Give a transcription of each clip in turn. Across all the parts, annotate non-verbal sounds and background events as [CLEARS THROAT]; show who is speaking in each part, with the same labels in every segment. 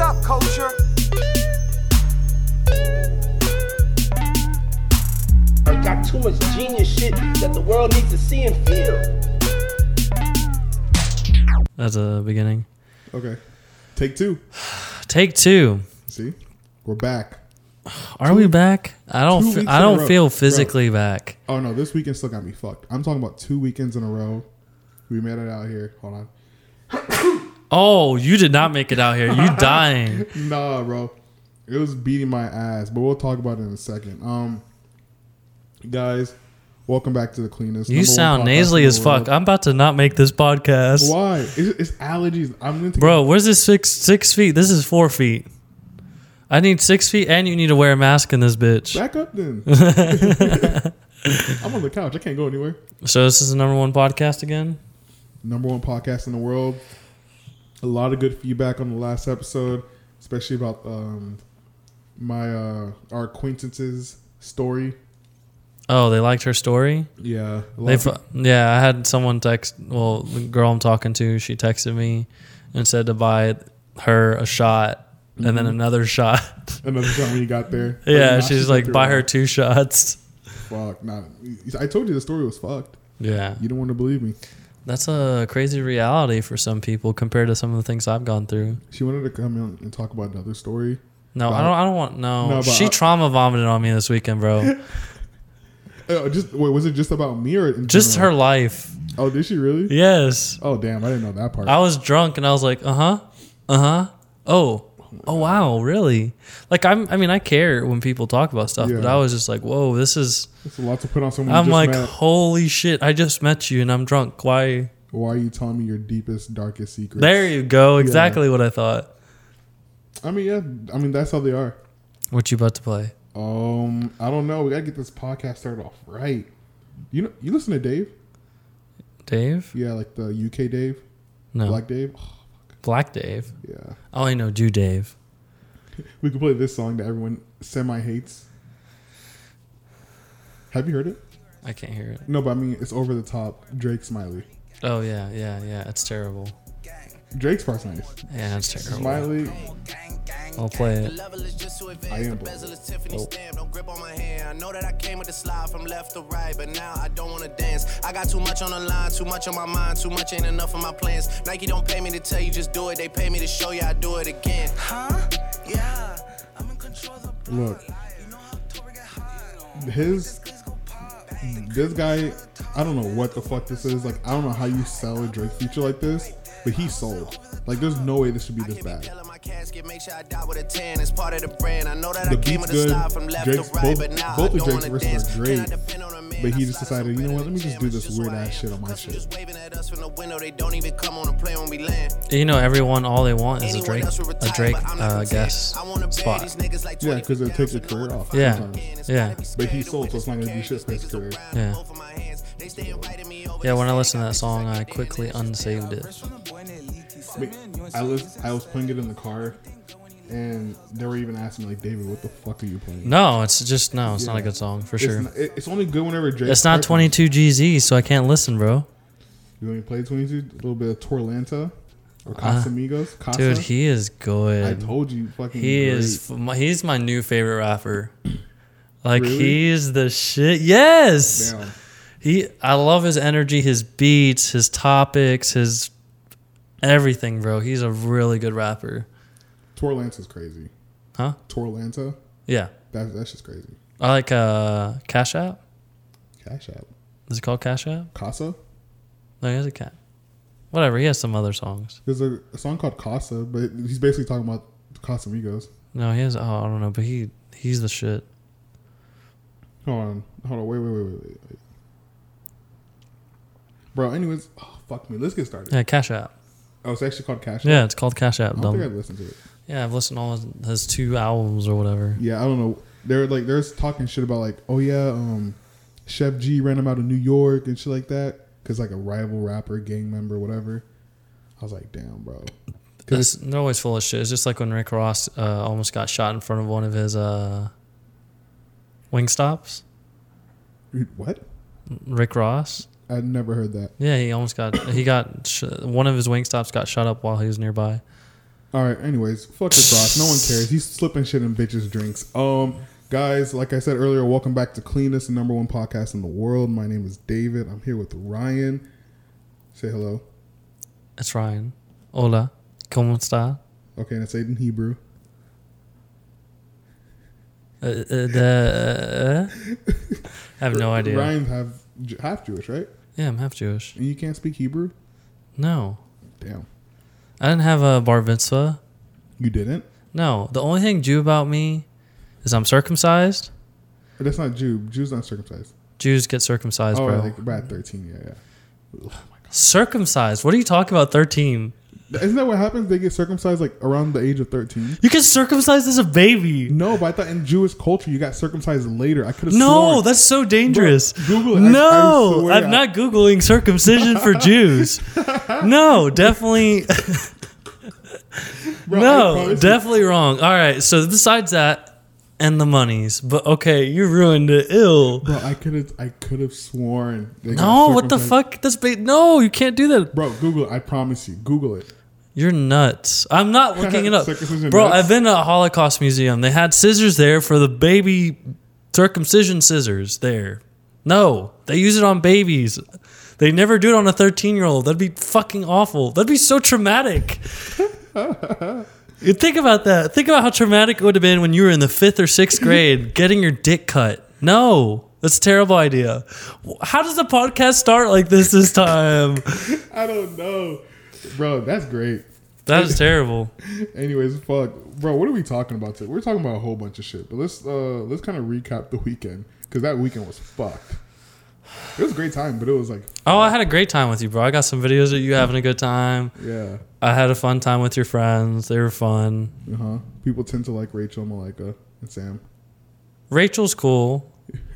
Speaker 1: up, culture.
Speaker 2: I got too much genius shit that the world needs to see and feel.
Speaker 3: That's a beginning.
Speaker 4: Okay. Take two.
Speaker 3: Take two.
Speaker 4: See? We're back.
Speaker 3: Are we back? I
Speaker 4: two
Speaker 3: don't. Fe-
Speaker 4: weeks
Speaker 3: I
Speaker 4: in a
Speaker 3: don't
Speaker 4: row.
Speaker 3: feel
Speaker 4: Bro.
Speaker 3: physically back.
Speaker 4: Oh no, this weekend still got me fucked. I'm talking about two weekends in a row. We made it out here. Hold on.
Speaker 3: Oh, you did not make it out here.
Speaker 4: [LAUGHS]
Speaker 3: You dying.
Speaker 4: Nah, bro. It was beating my ass, but we'll talk about it in a second. Um guys, welcome back to the cleanest.
Speaker 3: You
Speaker 4: number one
Speaker 3: sound
Speaker 4: podcast
Speaker 3: nasally
Speaker 4: in the
Speaker 3: as fuck.
Speaker 4: world.
Speaker 3: I'm about to not make this podcast,
Speaker 4: Why? It's, it's allergies. I'm gonna take
Speaker 3: bro. Where's this six six feet? This is four feet. I need six feet, and you need to wear a mask in this bitch.
Speaker 4: back
Speaker 3: [LAUGHS]
Speaker 4: up then. [LAUGHS] I'm on the couch. I can't go anywhere.
Speaker 3: So this is the number one podcast again.
Speaker 4: number one podcast in the world. A lot of good feedback on the last episode, especially about um, my uh, our acquaintances story.
Speaker 3: Oh, they liked her story.
Speaker 4: Yeah, a lot
Speaker 3: They,
Speaker 4: of
Speaker 3: fu- yeah, I had someone text. Well, the girl I'm talking to, she texted me and said to buy her a shot and then another [LAUGHS] shot.
Speaker 4: people- another time when you got there.
Speaker 3: [LAUGHS] yeah,
Speaker 4: Nah, she
Speaker 3: she's
Speaker 4: took
Speaker 3: like,
Speaker 4: it
Speaker 3: buy
Speaker 4: wrong.
Speaker 3: her two shots.
Speaker 4: Fuck, nah. I told you the story was fucked.
Speaker 3: Yeah,
Speaker 4: You don't want to believe me.
Speaker 3: that's a crazy reality for some people compared to some of the things I've gone through.
Speaker 4: She wanted to come in and talk about another story.
Speaker 3: No, I
Speaker 4: But-
Speaker 3: don't. I don't want. No,
Speaker 4: No, but
Speaker 3: she
Speaker 4: I-
Speaker 3: trauma vomited on me this weekend, bro.
Speaker 4: Uh, just wait, was it just about me or in
Speaker 3: Just her
Speaker 4: general?
Speaker 3: life.
Speaker 4: Oh, did she really?
Speaker 3: Yes,
Speaker 4: Oh, damn! I didn't know that part.
Speaker 3: I was drunk and I was like, uh huh, uh huh. Oh, oh wow, really? Like I'm. I mean, I care when people talk about stuff, but
Speaker 4: Yeah.
Speaker 3: I was just like, whoa, this is.
Speaker 4: It's a lot to put on someone.
Speaker 3: I'm
Speaker 4: I'm just
Speaker 3: like,
Speaker 4: like,
Speaker 3: holy shit! I just met you and I'm drunk. Why?
Speaker 4: why are you telling me your deepest, darkest secrets?
Speaker 3: There you go. Exactly what I thought.
Speaker 4: I mean, yeah. I mean, that's how they are.
Speaker 3: What you about to play?
Speaker 4: Um, I don't know. We gotta get this podcast started off right. You know, you listen to Dave?
Speaker 3: Dave?
Speaker 4: Yeah, like the UK Dave,
Speaker 3: No. Black,
Speaker 4: Black Dave. Oh,
Speaker 3: Dave.
Speaker 4: yeah,
Speaker 3: Oh, I know. Do Dave.
Speaker 4: we could play this song that everyone semi hates. Have you heard it?
Speaker 3: I can't hear it.
Speaker 4: No, but I mean, it's over the top. Drake Smiley.
Speaker 3: Oh, yeah, yeah, yeah. It's terrible.
Speaker 4: Drake's part's nice.
Speaker 3: Yeah, it's terrible.
Speaker 4: Smiley.
Speaker 3: I'll play it.
Speaker 4: I am black.
Speaker 5: I know that I came with the slide from left to right, but now I don't wanna dance. I got too much on the line, too much on my mind, too much ain't enough of my plans. Nike don't pay me to tell you just do it, they pay me to show you I do it again.
Speaker 6: Huh? Yeah, I'm in control of the block.
Speaker 4: Look,
Speaker 6: You know how Tory get hot.
Speaker 4: his
Speaker 6: Please go pop.
Speaker 4: this guy. I don't know what the fuck this is. Like, I don't know how you sell a Drake feature like this, but he sold. Like, there's no way this should be this
Speaker 5: Can't be
Speaker 4: bad.
Speaker 5: killing my casket, make sure I die with a tan. It's part of the brand. I know that
Speaker 4: The
Speaker 5: I came with
Speaker 4: beat's good.
Speaker 5: the slide from left
Speaker 4: Drake's-
Speaker 5: to right,
Speaker 4: both-
Speaker 5: but now
Speaker 4: both
Speaker 5: I
Speaker 4: of
Speaker 5: don't
Speaker 4: Drake's
Speaker 5: wanna
Speaker 4: verses
Speaker 5: dance.
Speaker 4: are
Speaker 5: Can
Speaker 4: great,
Speaker 5: I depend on a man?
Speaker 4: but he
Speaker 5: I
Speaker 4: just
Speaker 5: slide so
Speaker 4: decided, you
Speaker 5: bad
Speaker 4: know
Speaker 5: in
Speaker 4: what,
Speaker 5: the
Speaker 4: let me just
Speaker 5: jam.
Speaker 4: do
Speaker 5: It's
Speaker 4: this
Speaker 5: just who
Speaker 4: weird
Speaker 5: I
Speaker 4: ass
Speaker 5: am.
Speaker 4: shit on my shit.
Speaker 5: Customers just waving at us from the window. They don't even come on a plane when we land.
Speaker 3: You know, everyone, all they want is a
Speaker 5: Anyone
Speaker 3: Drake,
Speaker 5: else would
Speaker 3: a
Speaker 5: retire,
Speaker 3: Drake
Speaker 5: but I'm not
Speaker 3: uh,
Speaker 5: content.
Speaker 3: guest
Speaker 5: I wanna bury these
Speaker 3: spot.
Speaker 5: niggas like
Speaker 4: Yeah, because it
Speaker 5: 20
Speaker 4: takes your career off.
Speaker 3: Yeah.
Speaker 4: sometimes.
Speaker 3: Yeah.
Speaker 4: But he sold, so it's not gonna be shit for his career.
Speaker 3: Yeah.
Speaker 5: Yeah.
Speaker 3: Yeah, when I listened to that song, I quickly unsaved it.
Speaker 4: Wait, I was I was playing it in the car, and they were even asking me like, David, what the fuck are you playing?
Speaker 3: No, it's just, no, it's not a
Speaker 4: Yeah.
Speaker 3: good song, for
Speaker 4: it's
Speaker 3: sure.
Speaker 4: Not, it- it's only good whenever Drake.
Speaker 3: It's not 22 GZ, so I can't listen, bro.
Speaker 4: You want me to play twenty two? A little bit of Torlanta or Casamigos. Casa?
Speaker 3: Uh, Dude, he is
Speaker 4: I
Speaker 3: good.
Speaker 4: told you, fucking.
Speaker 3: He
Speaker 4: great.
Speaker 3: is, f- my- he's my new favorite rapper. Like,
Speaker 4: Really?
Speaker 3: he's the shit. Yes!
Speaker 4: Damn.
Speaker 3: He, I love his energy, his beats, his topics, his everything, bro. He's a really good rapper,
Speaker 4: Torlanta's crazy.
Speaker 3: huh?
Speaker 4: Torlanta.
Speaker 3: Yeah,
Speaker 4: That that's just crazy.
Speaker 3: I like uh, Cash App.
Speaker 4: Cash App.
Speaker 3: Is it called Cash App?
Speaker 4: Casa.
Speaker 3: No, he has a cat. Whatever. He has some other songs.
Speaker 4: There's a, a song called Casa, but he's basically talking about Casamigos.
Speaker 3: No, he has. Oh, I don't know, but he he's the shit.
Speaker 4: Hold on. Hold on. Wait, wait, wait, wait, wait. wait. Bro, anyways, oh, fuck me. Let's get started.
Speaker 3: Yeah, Cash App.
Speaker 4: Oh, it's actually called Cash. App.
Speaker 3: Yeah, it's called Cash App.
Speaker 4: I don't think I
Speaker 3: Dumb.
Speaker 4: listened to it.
Speaker 3: Yeah, I've listened to all his, his two albums or whatever.
Speaker 4: Yeah, I don't know. They're like they're talking shit about like, oh yeah, um, Chef G ran him out of New York and shit like that because like a rival rapper, gang member, whatever. I was like, damn, bro.
Speaker 3: It's, they're always full of shit. It's just like when Rick Ross uh, almost got shot in front of one of his uh, wing stops.
Speaker 4: What?
Speaker 3: Rick Ross.
Speaker 4: I'd never heard that.
Speaker 3: [COUGHS] Yeah, he almost got he got sh- one of his wing stops got shot up while he was nearby.
Speaker 4: All right. Anyways, fuck the Frost. No one cares. He's slipping shit in bitches' drinks. Um, guys, like I said earlier, welcome back to Cleanest, the number one podcast in the world. My name is David. I'm here with Ryan. Say hello.
Speaker 3: It's Ryan. Hola. ¿Cómo está?
Speaker 4: Okay, and it's in Hebrew.
Speaker 3: Uh, uh, the- uh, I have no idea.
Speaker 4: Ryan's half Ju- half Jewish, right?
Speaker 3: Yeah, I'm half Jewish.
Speaker 4: And you can't speak Hebrew.
Speaker 3: No.
Speaker 4: Damn,
Speaker 3: I didn't have a bar mitzvah.
Speaker 4: you didn't.
Speaker 3: No. The only thing Jew about me is I'm circumcised.
Speaker 4: But that's not Jew. Jews not circumcised.
Speaker 3: Jews get circumcised,
Speaker 4: oh,
Speaker 3: bro.
Speaker 4: like about thirteen. Yeah, yeah.
Speaker 3: circumcised? What are you talking about, 13?
Speaker 4: Isn't that what happens? They get circumcised like around the age of thirteen.
Speaker 3: You get circumcised as a baby.
Speaker 4: No, but I thought in Jewish culture you got circumcised later. I could have
Speaker 3: No,
Speaker 4: sworn.
Speaker 3: that's so dangerous.
Speaker 4: Bro, Google it. I- I
Speaker 3: No,
Speaker 4: swear
Speaker 3: I,
Speaker 4: I-
Speaker 3: am not Googling circumcision for
Speaker 4: [LAUGHS]
Speaker 3: Jews. No, definitely.
Speaker 4: Bro, I
Speaker 3: No,
Speaker 4: promise
Speaker 3: definitely wrong. All right, so besides that and the monies, but okay, you ruined it. Ill.
Speaker 4: you. Bro, I could have. I could have sworn. They got
Speaker 3: No, what the
Speaker 4: circumcised.
Speaker 3: fuck? That's ba- no, you can't do that.
Speaker 4: Bro, Google. it. I promise you. Google it.
Speaker 3: You're nuts. I'm not looking it up,
Speaker 4: Circumcision
Speaker 3: bro.
Speaker 4: nuts?
Speaker 3: I've been to a Holocaust museum. They had scissors there for the baby circumcision scissors. There, no, they use it on babies. They never do it on a 13 year old. That'd be fucking awful. That'd be so traumatic. you think about that. Think about how traumatic it would have been when you were in the fifth or sixth grade getting your dick cut. No, that's a terrible idea. How does the podcast start like this this time?
Speaker 4: I don't know, bro. That's great.
Speaker 3: That is terrible.
Speaker 4: Anyways, fuck, bro. What are we talking about today? We're talking about a whole bunch of shit, but let's uh let's kind of recap the weekend because that weekend was fucked. It was a great time, but it was like,
Speaker 3: Oh, I had a great time with you, bro. I got some videos of you having a good time.
Speaker 4: yeah,
Speaker 3: I had a fun time with your friends. They were fun.
Speaker 4: uh huh. People tend to like Rachel, Malika, and Sam.
Speaker 3: Rachel's cool.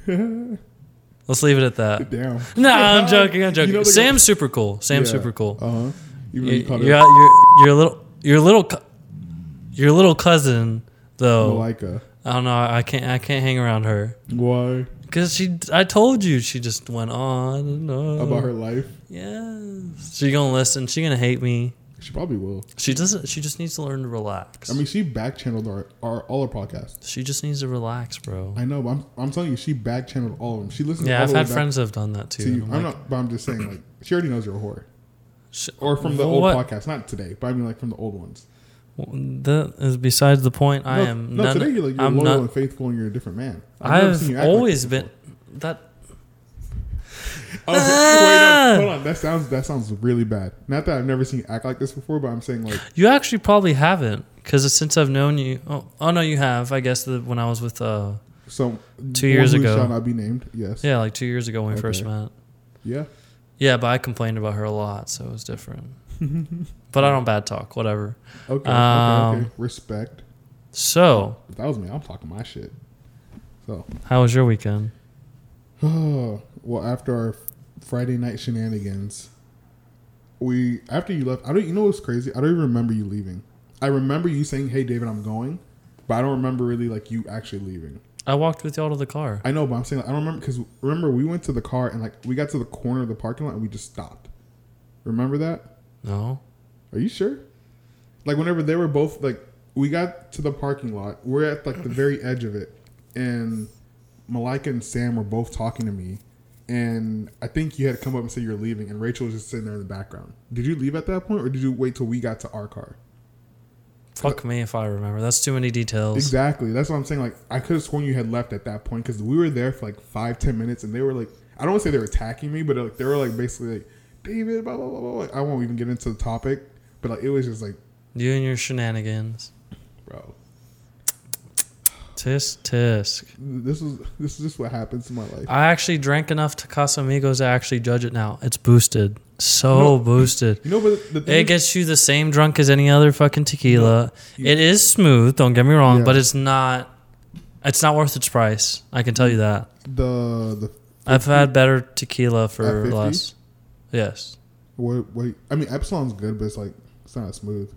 Speaker 3: Let's leave it at that. [LAUGHS]
Speaker 4: [LAUGHS] Damn,
Speaker 3: No, I'm joking. I'm joking.
Speaker 4: You know they
Speaker 3: Sam's super cool. Sam's super cool.
Speaker 4: Uh huh. Even
Speaker 3: you,
Speaker 4: though you
Speaker 3: you're, you're,
Speaker 4: called her
Speaker 3: you're a little, your little, co- your little cousin though.
Speaker 4: Malika.
Speaker 3: I don't know. I can't. I can't hang around her
Speaker 4: Why
Speaker 3: because she. I told you she just went on and on.
Speaker 4: about her life?
Speaker 3: Yes. She gonna listen. She gonna hate me.
Speaker 4: She probably will.
Speaker 3: She doesn't. She just needs to learn to relax.
Speaker 4: I mean, she back channeled our, our all our podcasts.
Speaker 3: She just needs to relax, bro.
Speaker 4: I know, but I'm, I'm telling you, she back channeled all of them. She listens.
Speaker 3: Yeah,
Speaker 4: all
Speaker 3: I've
Speaker 4: the way
Speaker 3: had
Speaker 4: back
Speaker 3: friends that have done that too.
Speaker 4: to
Speaker 3: and
Speaker 4: you. I'm
Speaker 3: I'm like,
Speaker 4: not, but I'm just saying, like, she already knows you're a whore.
Speaker 3: "Sh-
Speaker 4: Or from the
Speaker 3: well,
Speaker 4: old
Speaker 3: what-
Speaker 4: podcast, not today, but I mean like from the old ones.
Speaker 3: That is besides the point. I
Speaker 4: no,
Speaker 3: am.
Speaker 4: no.
Speaker 3: none-
Speaker 4: today you're like you're
Speaker 3: I'm
Speaker 4: loyal
Speaker 3: not.
Speaker 4: and faithful, and you're a different man. never seen
Speaker 3: I've
Speaker 4: you act [LAUGHS] like
Speaker 3: always
Speaker 4: this
Speaker 3: been
Speaker 4: before.
Speaker 3: that. [LAUGHS]
Speaker 4: Oh, wait, no, hold on, that sounds that sounds really bad. Not that I've never seen you act like this before, but I'm saying like
Speaker 3: You actually probably haven't, because since I've known you, oh, oh no, you have. I guess the, when I was with, uh,
Speaker 4: some
Speaker 3: [LAUGHS] Two years
Speaker 4: one who
Speaker 3: ago.
Speaker 4: Shall not be named. Yes.
Speaker 3: yeah, like two years ago when we first
Speaker 4: Okay.
Speaker 3: met.
Speaker 4: Yeah.
Speaker 3: Yeah, but I complained about her a lot, so it was
Speaker 4: [LAUGHS]
Speaker 3: different. but I don't bad talk, whatever.
Speaker 4: Okay, okay.
Speaker 3: Um,
Speaker 4: Okay. Respect.
Speaker 3: So,
Speaker 4: If that was me, I'm talking my shit. So,
Speaker 3: how was your weekend?
Speaker 4: [SIGHS] well, after our Friday night shenanigans, we after you left, I don't. You know what's crazy? I don't even remember you leaving. I remember you saying, "Hey, David, I'm going," but I don't remember really like you actually leaving.
Speaker 3: I walked with y'all to the car.
Speaker 4: I know, but I'm saying like, I don't remember because remember we went to the car and like we got to the corner of the parking lot and we just stopped. Remember that?
Speaker 3: No,
Speaker 4: Are you sure? Like whenever they were both like we got to the parking lot, we're at like the very edge of it, and Malika and Sam were both talking to me, and I think you had come up and said you're leaving, and Rachel was just sitting there in the background. Did you leave at that point, or did you wait till we got to our car? Uh,
Speaker 3: fuck me if I remember. That's too many details.
Speaker 4: Exactly. That's what I'm saying. Like I could have sworn you had left at that point because we were there for like five, ten minutes, and they were like, I don't want to say they were attacking me, but like they were like basically like, David, blah blah blah blah. blah. I won't even get into the topic, but like it was just like,
Speaker 3: You and your shenanigans.
Speaker 4: bro,
Speaker 3: Tisk tisk.
Speaker 4: this is [LAUGHS] this is just what happens in my life.
Speaker 3: I actually drank enough to Casamigos to actually judge it now. It's boosted. So [LAUGHS] boosted.
Speaker 4: you know, but the
Speaker 3: It
Speaker 4: thing is,
Speaker 3: gets you the same drunk as any other fucking tequila. It is smooth, don't get me wrong,
Speaker 4: Yeah.
Speaker 3: but it's not it's not worth its price. I can tell you that.
Speaker 4: the the
Speaker 3: I've had better tequila for
Speaker 4: At 50?
Speaker 3: less. Yes.
Speaker 4: what what I mean, Epsilon's good, but it's like it's not smooth,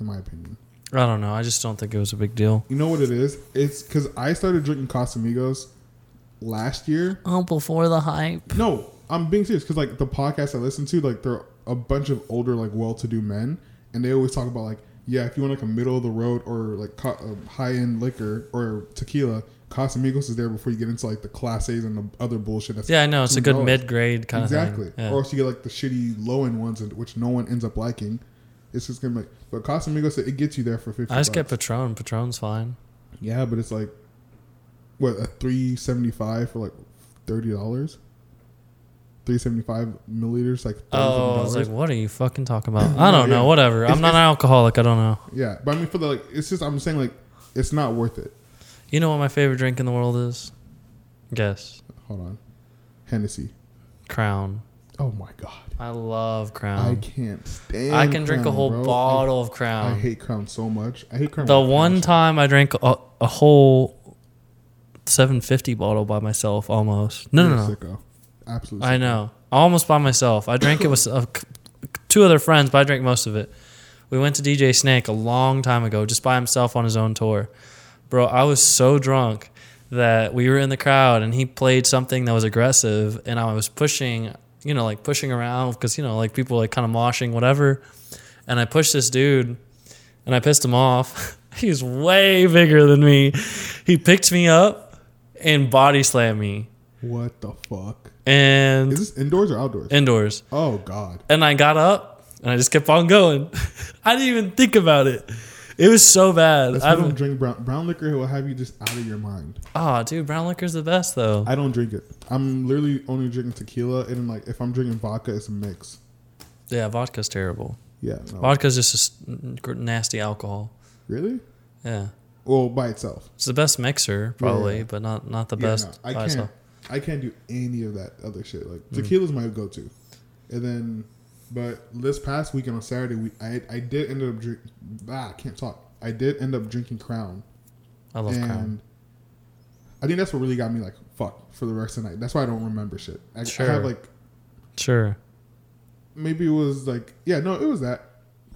Speaker 4: in my opinion.
Speaker 3: I don't know. I just don't think it was a big deal.
Speaker 4: You know what it is? It's because I started drinking Casamigos last year.
Speaker 3: Oh, before the hype.
Speaker 4: No, I'm being serious because like the podcast I listen to, like they're a bunch of older, like well-to-do men, and they always talk about like, yeah, if you want like a middle of the road or like co- uh, high end liquor or tequila, Casamigos is there before you get into like the class A's and the other bullshit. That's
Speaker 3: Yeah, I know. It's a good
Speaker 4: $2.
Speaker 3: mid grade kind
Speaker 4: exactly.
Speaker 3: of thing. Yeah.
Speaker 4: Or else you get like the shitty low end ones, and- which no one ends up liking. It's just gonna be. But Casamigos, it gets you there for fifty.
Speaker 3: I just get
Speaker 4: bucks.
Speaker 3: Patron. Patron's fine.
Speaker 4: yeah, but it's like what a three seventy five for like thirty dollars. Three seventy five milliliters, like
Speaker 3: Oh, I
Speaker 4: $37.
Speaker 3: was like, what are you fucking talking about? I don't
Speaker 4: yeah.
Speaker 3: know. Whatever. I'm
Speaker 4: It's-
Speaker 3: not an alcoholic. I don't know.
Speaker 4: yeah. But I mean, for the like, it's just I'm saying like, it's not worth it.
Speaker 3: You know what my favorite drink in the world is? Guess.
Speaker 4: Hold on, Hennessy.
Speaker 3: Crown.
Speaker 4: Oh my god,
Speaker 3: I love
Speaker 4: I
Speaker 3: Crown.
Speaker 4: can't stand.
Speaker 3: Um, I, can drink a
Speaker 4: Crown,
Speaker 3: whole
Speaker 4: bro. I-
Speaker 3: bottle of
Speaker 4: I,
Speaker 3: Crown.
Speaker 4: hate Crown so much. I hate Crown.
Speaker 3: the
Speaker 4: with a
Speaker 3: one
Speaker 4: passion.
Speaker 3: time I drank a, a whole 750 bottle by myself almost. No,
Speaker 4: You're
Speaker 3: no,
Speaker 4: a
Speaker 3: no.
Speaker 4: Sicko. Absolutely.
Speaker 3: I know. Almost by myself. I drank it with uh, c- two other friends, but I drank most of it. We went to DJ Snake a long time ago, just by himself on his own tour. Bro, I was so drunk that we were in the crowd and he played something that was aggressive and I was pushing, you know, like pushing around because, you know, like people like kind of moshing, whatever. And I pushed this dude and I pissed him off. [LAUGHS] He was way bigger than me. He picked me up and body slammed me.
Speaker 4: What the fuck?
Speaker 3: And
Speaker 4: Is this indoors or outdoors?
Speaker 3: indoors.
Speaker 4: oh God.
Speaker 3: And I got up and I just kept on going. [LAUGHS] I didn't even think about it. It was so bad.
Speaker 4: That's why I don't
Speaker 3: I'm,
Speaker 4: drink brown brown liquor. It will have you just out of your mind.
Speaker 3: oh, dude, brown liquor's the best though.
Speaker 4: I don't drink it. I'm literally only drinking tequila, and then, like if I'm drinking vodka, it's a mix.
Speaker 3: yeah, vodka's terrible.
Speaker 4: Yeah. No.
Speaker 3: Vodka's just a s- n- gr- nasty alcohol.
Speaker 4: really?
Speaker 3: Yeah,
Speaker 4: Well, by itself.
Speaker 3: it's the best mixer probably,
Speaker 4: yeah.
Speaker 3: but not not the
Speaker 4: Yeah,
Speaker 3: best
Speaker 4: no, I
Speaker 3: by
Speaker 4: can't.
Speaker 3: itself. Mm.
Speaker 4: I can't do any of that other shit. Like tequila's my go-to, and then, but this past weekend on Saturday, we I I did end up drink. Ah, I can't talk. I did end up drinking Crown,
Speaker 3: I love
Speaker 4: and
Speaker 3: Crown.
Speaker 4: I think that's what really got me like fuck for the rest of the night. That's why I don't remember shit. I,
Speaker 3: Sure.
Speaker 4: I have like
Speaker 3: Sure.
Speaker 4: maybe it was like yeah no it was that,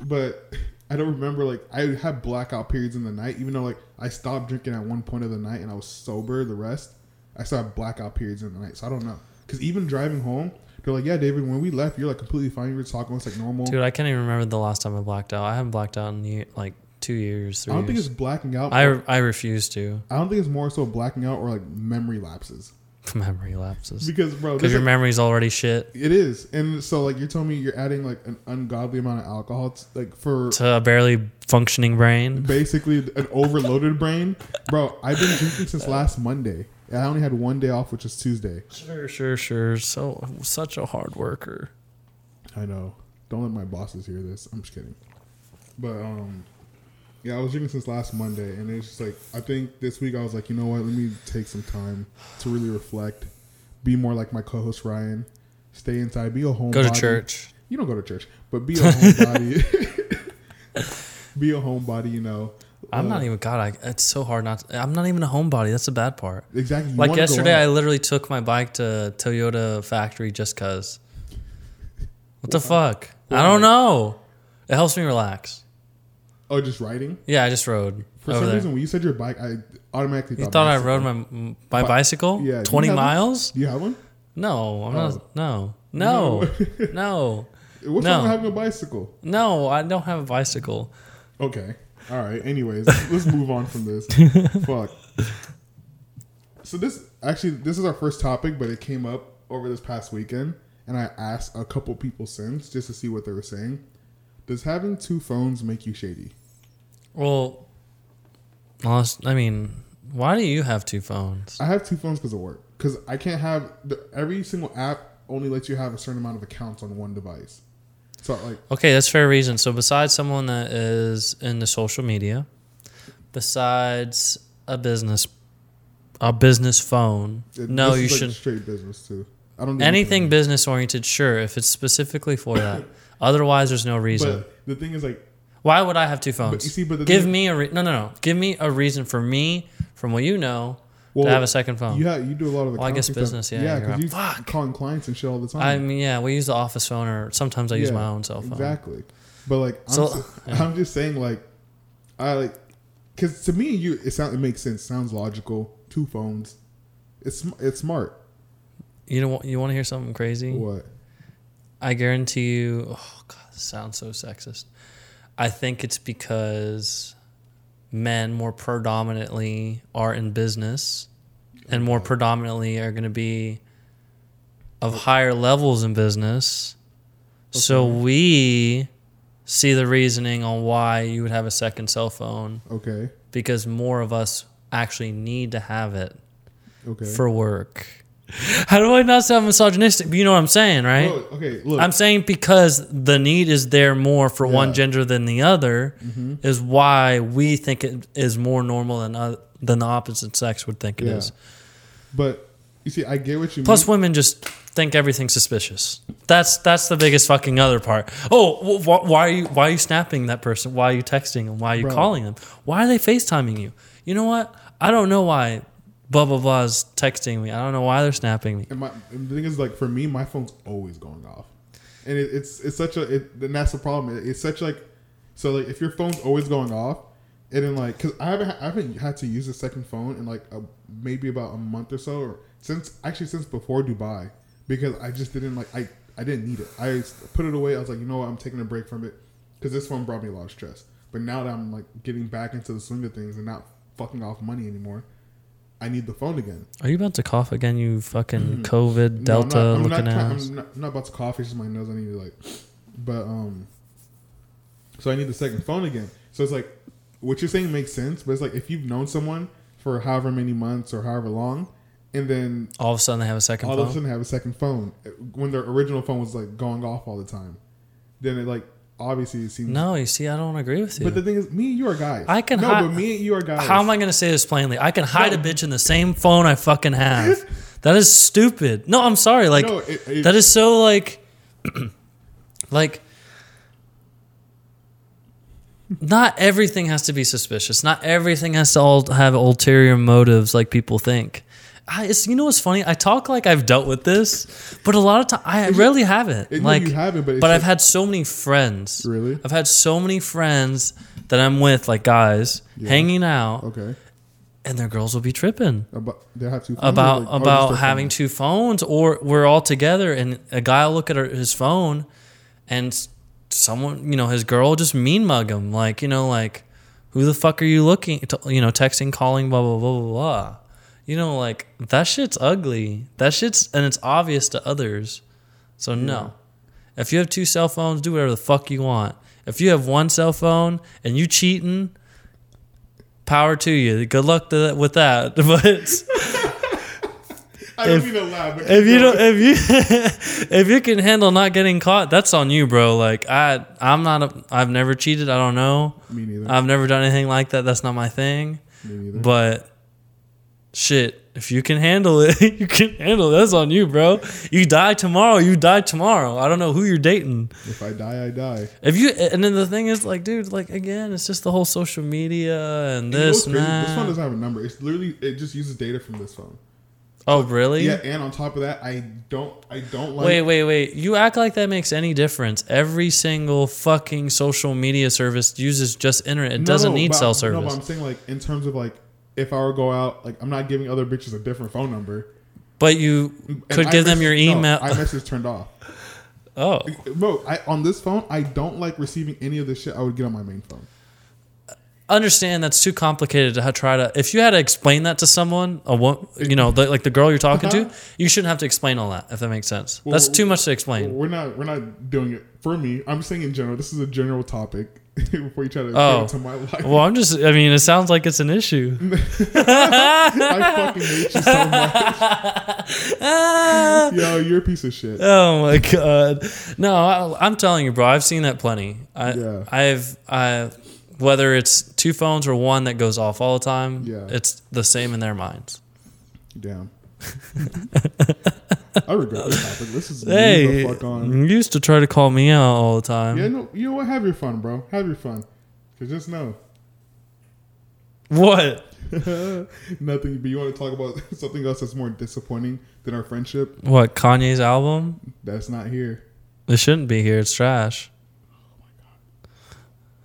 Speaker 4: but [LAUGHS] I don't remember like I had blackout periods in the night even though like I stopped drinking at one point of the night and I was sober the rest. I still have blackout periods in the night, so I don't know. Because even driving home, they're like, "Yeah, David, when we left, you're like completely fine. You were talking, it's like normal."
Speaker 3: Dude, I can't even remember the last time I blacked out. I haven't blacked out in ye- like two years,
Speaker 4: I
Speaker 3: three
Speaker 4: don't think
Speaker 3: years.
Speaker 4: it's blacking out.
Speaker 3: I,
Speaker 4: I,
Speaker 3: I refuse to. [LAUGHS]
Speaker 4: I don't think it's more so blacking out or like memory lapses.
Speaker 3: Memory lapses.
Speaker 4: Because bro,
Speaker 3: Because
Speaker 4: there's
Speaker 3: your
Speaker 4: like-
Speaker 3: memory's already shit
Speaker 4: It is, and so like you're telling me you're adding like an ungodly amount of alcohol, t- like
Speaker 3: [LAUGHS]
Speaker 4: for
Speaker 3: to a barely functioning brain.
Speaker 4: basically an overloaded brain, bro. I've been drinking since last Monday, and I only had one day off, which is Tuesday.
Speaker 3: Sure, sure, sure. So such a hard worker.
Speaker 4: I know. Don't let my bosses hear this. I'm just kidding. But um, yeah, I was drinking since last Monday, and it's just like I think this week I was like, you know what? Let me take some time to really reflect, be more like my co-host Ryan, stay inside, be a homebody.
Speaker 3: Go to church.
Speaker 4: You don't go to church, but be a homebody.
Speaker 3: [LAUGHS]
Speaker 4: be a homebody, you know.
Speaker 3: I'm
Speaker 4: Uh,
Speaker 3: not even God. I, it's so hard not. I'm not even a homebody. That's the bad part.
Speaker 4: exactly. you
Speaker 3: Like
Speaker 4: wanna go
Speaker 3: yesterday,
Speaker 4: out.
Speaker 3: I literally took my bike to Toyota factory just cause. What the fuck? I don't know. It helps me relax.
Speaker 4: oh just riding.
Speaker 3: Yeah, I just rode
Speaker 4: For
Speaker 3: over
Speaker 4: some
Speaker 3: there.
Speaker 4: reason, when you said your bike, I automatically
Speaker 3: you thought I
Speaker 4: bicycle.
Speaker 3: rode my my bicycle?
Speaker 4: Yeah, do you
Speaker 3: twenty
Speaker 4: have one?
Speaker 3: miles?
Speaker 4: Do you have one?
Speaker 3: No, I'm
Speaker 4: Oh.
Speaker 3: not. No, no,
Speaker 4: [LAUGHS]
Speaker 3: no,
Speaker 4: What's
Speaker 3: No.
Speaker 4: wrong with having a bicycle?
Speaker 3: no. I don't have a bicycle.
Speaker 4: Okay. All right.
Speaker 3: [LAUGHS]
Speaker 4: Anyways, let's move on from this. Fuck. So this actually this is our first topic, but it came up over this past weekend, and I asked a couple people since just to see what they were saying. Does having two phones make you shady?
Speaker 3: Well, honest- I mean, why do you have two phones?
Speaker 4: I have two phones because of work. Because I can't have the, every single app only lets you have a certain amount of accounts on one device. So like,
Speaker 3: Okay, that's fair reason. So, besides someone that is into social media, besides a business, a business phone.
Speaker 4: it-
Speaker 3: no,
Speaker 4: this
Speaker 3: you
Speaker 4: is, like,
Speaker 3: should
Speaker 4: straight business too. I don't do
Speaker 3: anything business oriented. Sure, if it's specifically for
Speaker 4: [COUGHS]
Speaker 3: that. Otherwise, there's no reason.
Speaker 4: But the thing is, like,
Speaker 3: Why would I have two phones?
Speaker 4: you see, but the
Speaker 3: give
Speaker 4: thing-
Speaker 3: me a re- no, no, no. Give me a reason for me, from what you know,
Speaker 4: Well,
Speaker 3: to have a second phone.
Speaker 4: you ha- you do a lot of.
Speaker 3: Oh. I guess
Speaker 4: accounting stuff.
Speaker 3: business, yeah,
Speaker 4: yeah,
Speaker 3: you're
Speaker 4: because you
Speaker 3: right. Fuck.
Speaker 4: calling clients and shit all the time.
Speaker 3: I mean, yeah, we use the office phone, or sometimes I use
Speaker 4: Yeah,
Speaker 3: my own cell phone.
Speaker 4: Exactly, but like, I'm,
Speaker 3: So-
Speaker 4: s- I'm just saying, like, I like, because to me, you it sounds it makes sense, sounds logical. Two phones, it's sm- it's smart.
Speaker 3: You know, what- you want to hear something crazy?
Speaker 4: What?
Speaker 3: I guarantee you. Oh God, this sounds so sexist. I think it's because men more predominantly are in business and more predominantly are going to be of higher levels in business. So we see the reasoning on why you would have a second cell phone
Speaker 4: Okay.
Speaker 3: because more of us actually need to have it
Speaker 4: Okay.
Speaker 3: for work. How do I not sound misogynistic? But you know what I'm saying, right?
Speaker 4: Look, Oh, okay. Look.
Speaker 3: I'm saying because the need is there more for
Speaker 4: Yeah. Mm-hmm.
Speaker 3: one gender than the other is why we think it is more normal than oth- than the opposite sex would think it is.
Speaker 4: yeah. But you see, I get what you
Speaker 3: Plus,
Speaker 4: mean.
Speaker 3: women just think everything's suspicious. That's that's the biggest fucking other part. Oh, wh- wh- why are you why are you snapping that person? Why are you texting them? Why are you
Speaker 4: Bro.
Speaker 3: calling them? Why are they FaceTiming you? You know what? I don't know why blah blah blah is texting me. I don't know why they're snapping me.
Speaker 4: And my and the thing is, like for me, my phone's always going off, and it, it's it's such a it, and that's the problem. It- it's such like so like if your phone's always going off, and then like because I haven't I haven't had to use a second phone in like a, maybe about a month or so, or since actually since before Dubai, because I just didn't like I I didn't need it. I s- put it away. I was like, you know what, I'm taking a break from it because this one brought me a lot of stress. But now that I'm like getting back into the swing of things and not fucking off money anymore, I need the phone again.
Speaker 3: Are you about to cough again? You fucking COVID
Speaker 4: Mm-hmm. No, I'm
Speaker 3: Delta
Speaker 4: not- I'm
Speaker 3: looking
Speaker 4: not, try-
Speaker 3: ass.
Speaker 4: I'm not, I'm not about to cough. It's just my nose. I need to like, but um, so I need the second phone again. So it's like, what you're saying makes sense, but it's like if you've known someone for however many months or however long, and then
Speaker 3: All of a sudden they have a second
Speaker 4: all
Speaker 3: phone.
Speaker 4: of a sudden have a second phone uh, when their original phone was like going off all the time, then it like obviously it seems.
Speaker 3: no, you see, I don't agree with you.
Speaker 4: But the thing is, me and you are guys.
Speaker 3: I can
Speaker 4: no,
Speaker 3: hi-
Speaker 4: but me and you are guys.
Speaker 3: How am I going to say this plainly? I can hide a bitch in the same phone I fucking have.
Speaker 4: [LAUGHS]
Speaker 3: that is stupid. No, I'm sorry. Like
Speaker 4: No, it- it-
Speaker 3: that is so like [CLEARS THROAT] like not everything has to be suspicious. Not everything has to all have ulterior motives like people think. I, it's, you know what's funny? I talk like I've dealt with this, but a lot of time I rarely haven't.
Speaker 4: it- no,
Speaker 3: like
Speaker 4: you haven't, but it's
Speaker 3: I've
Speaker 4: just-
Speaker 3: had so many friends.
Speaker 4: Really?
Speaker 3: I've had so many friends that I'm with, like guys, hanging out,
Speaker 4: Okay.
Speaker 3: and their girls will be tripping
Speaker 4: About they have two phones or,
Speaker 3: about
Speaker 4: like, oh, just
Speaker 3: about
Speaker 4: their
Speaker 3: having
Speaker 4: phone?
Speaker 3: two phones, or we're all together, and a guy will look at her, his phone, and s- someone, you know, his girl will just mean mug him, like you know, like who the fuck are you looking, t- you know, texting, calling, blah blah blah blah blah. You know, like that shit's ugly. That shit's and it's obvious to others. So no, if you have two cell phones, do whatever the fuck you want. If you have one cell phone and you cheating, power to you. Good luck to that, with that. [LAUGHS] But
Speaker 4: I don't mean to laugh, but
Speaker 3: if you don't, if you [LAUGHS] if you can handle not getting caught, that's on you, bro. Like I, I'm not. A, I've never cheated. I don't know.
Speaker 4: me neither.
Speaker 3: I've never done anything like that. That's not my thing.
Speaker 4: me neither.
Speaker 3: But shit, if you can handle it, [LAUGHS] you can handle. It. That's on you, bro. You die tomorrow. You die tomorrow. I don't know who you're dating.
Speaker 4: If I die, I die.
Speaker 3: If you and then the thing is, like, dude, like again, it's just the whole social media and
Speaker 4: You know what's
Speaker 3: this and
Speaker 4: crazy? This phone
Speaker 3: that.
Speaker 4: doesn't have a number. It's literally it just uses data from this phone.
Speaker 3: Oh, really?
Speaker 4: Yeah, and on top of that, I don't I don't like
Speaker 3: Wait, wait, wait. You act like that makes any difference. Every single fucking social media service uses just internet. It
Speaker 4: No,
Speaker 3: doesn't need
Speaker 4: but-
Speaker 3: cell
Speaker 4: No, but
Speaker 3: service.
Speaker 4: I'm saying like in terms of like if I were to go out, like I'm not giving other bitches a different phone number.
Speaker 3: but you
Speaker 4: And
Speaker 3: could
Speaker 4: I
Speaker 3: give them
Speaker 4: message-
Speaker 3: your
Speaker 4: no,
Speaker 3: email.
Speaker 4: iMessage turned off. [LAUGHS]
Speaker 3: oh.
Speaker 4: Bro, I, on this phone, I don't like receiving any of the shit I would get on my main phone.
Speaker 3: Understand that's too complicated to ha- try to. If you had to explain that to someone, a wo- you know, the, like the girl you're talking
Speaker 4: Uh-huh.
Speaker 3: to, you shouldn't have to explain all that, if that makes sense.
Speaker 4: Well,
Speaker 3: that's too much to explain.
Speaker 4: We're not we're not doing it for me. I'm saying in general. This is a general topic. [LAUGHS] Before you try to
Speaker 3: Oh.
Speaker 4: get into my life,
Speaker 3: Well, I'm just, I mean, it sounds like it's an issue.
Speaker 4: I fucking hate you so
Speaker 3: [LAUGHS]
Speaker 4: much. Yo, you're a piece of shit.
Speaker 3: Oh my god! No, I, I'm telling you, bro. I've seen that plenty. I,
Speaker 4: Yeah.
Speaker 3: I've, I, whether it's two phones or one that goes off all the time,
Speaker 4: Yeah.
Speaker 3: it's the same in their minds.
Speaker 4: Damn. I regret this topic. This is
Speaker 3: Hey,
Speaker 4: hey. the fuck on.
Speaker 3: you used to try to call me out all the time.
Speaker 4: Yeah, no, you know what? Have your fun, bro. Have your fun. Cause just know
Speaker 3: What?
Speaker 4: nothing. But you want to talk about [LAUGHS] something else that's more disappointing than our friendship?
Speaker 3: What? Kanye's album?
Speaker 4: That's not here.
Speaker 3: It shouldn't be here. It's trash.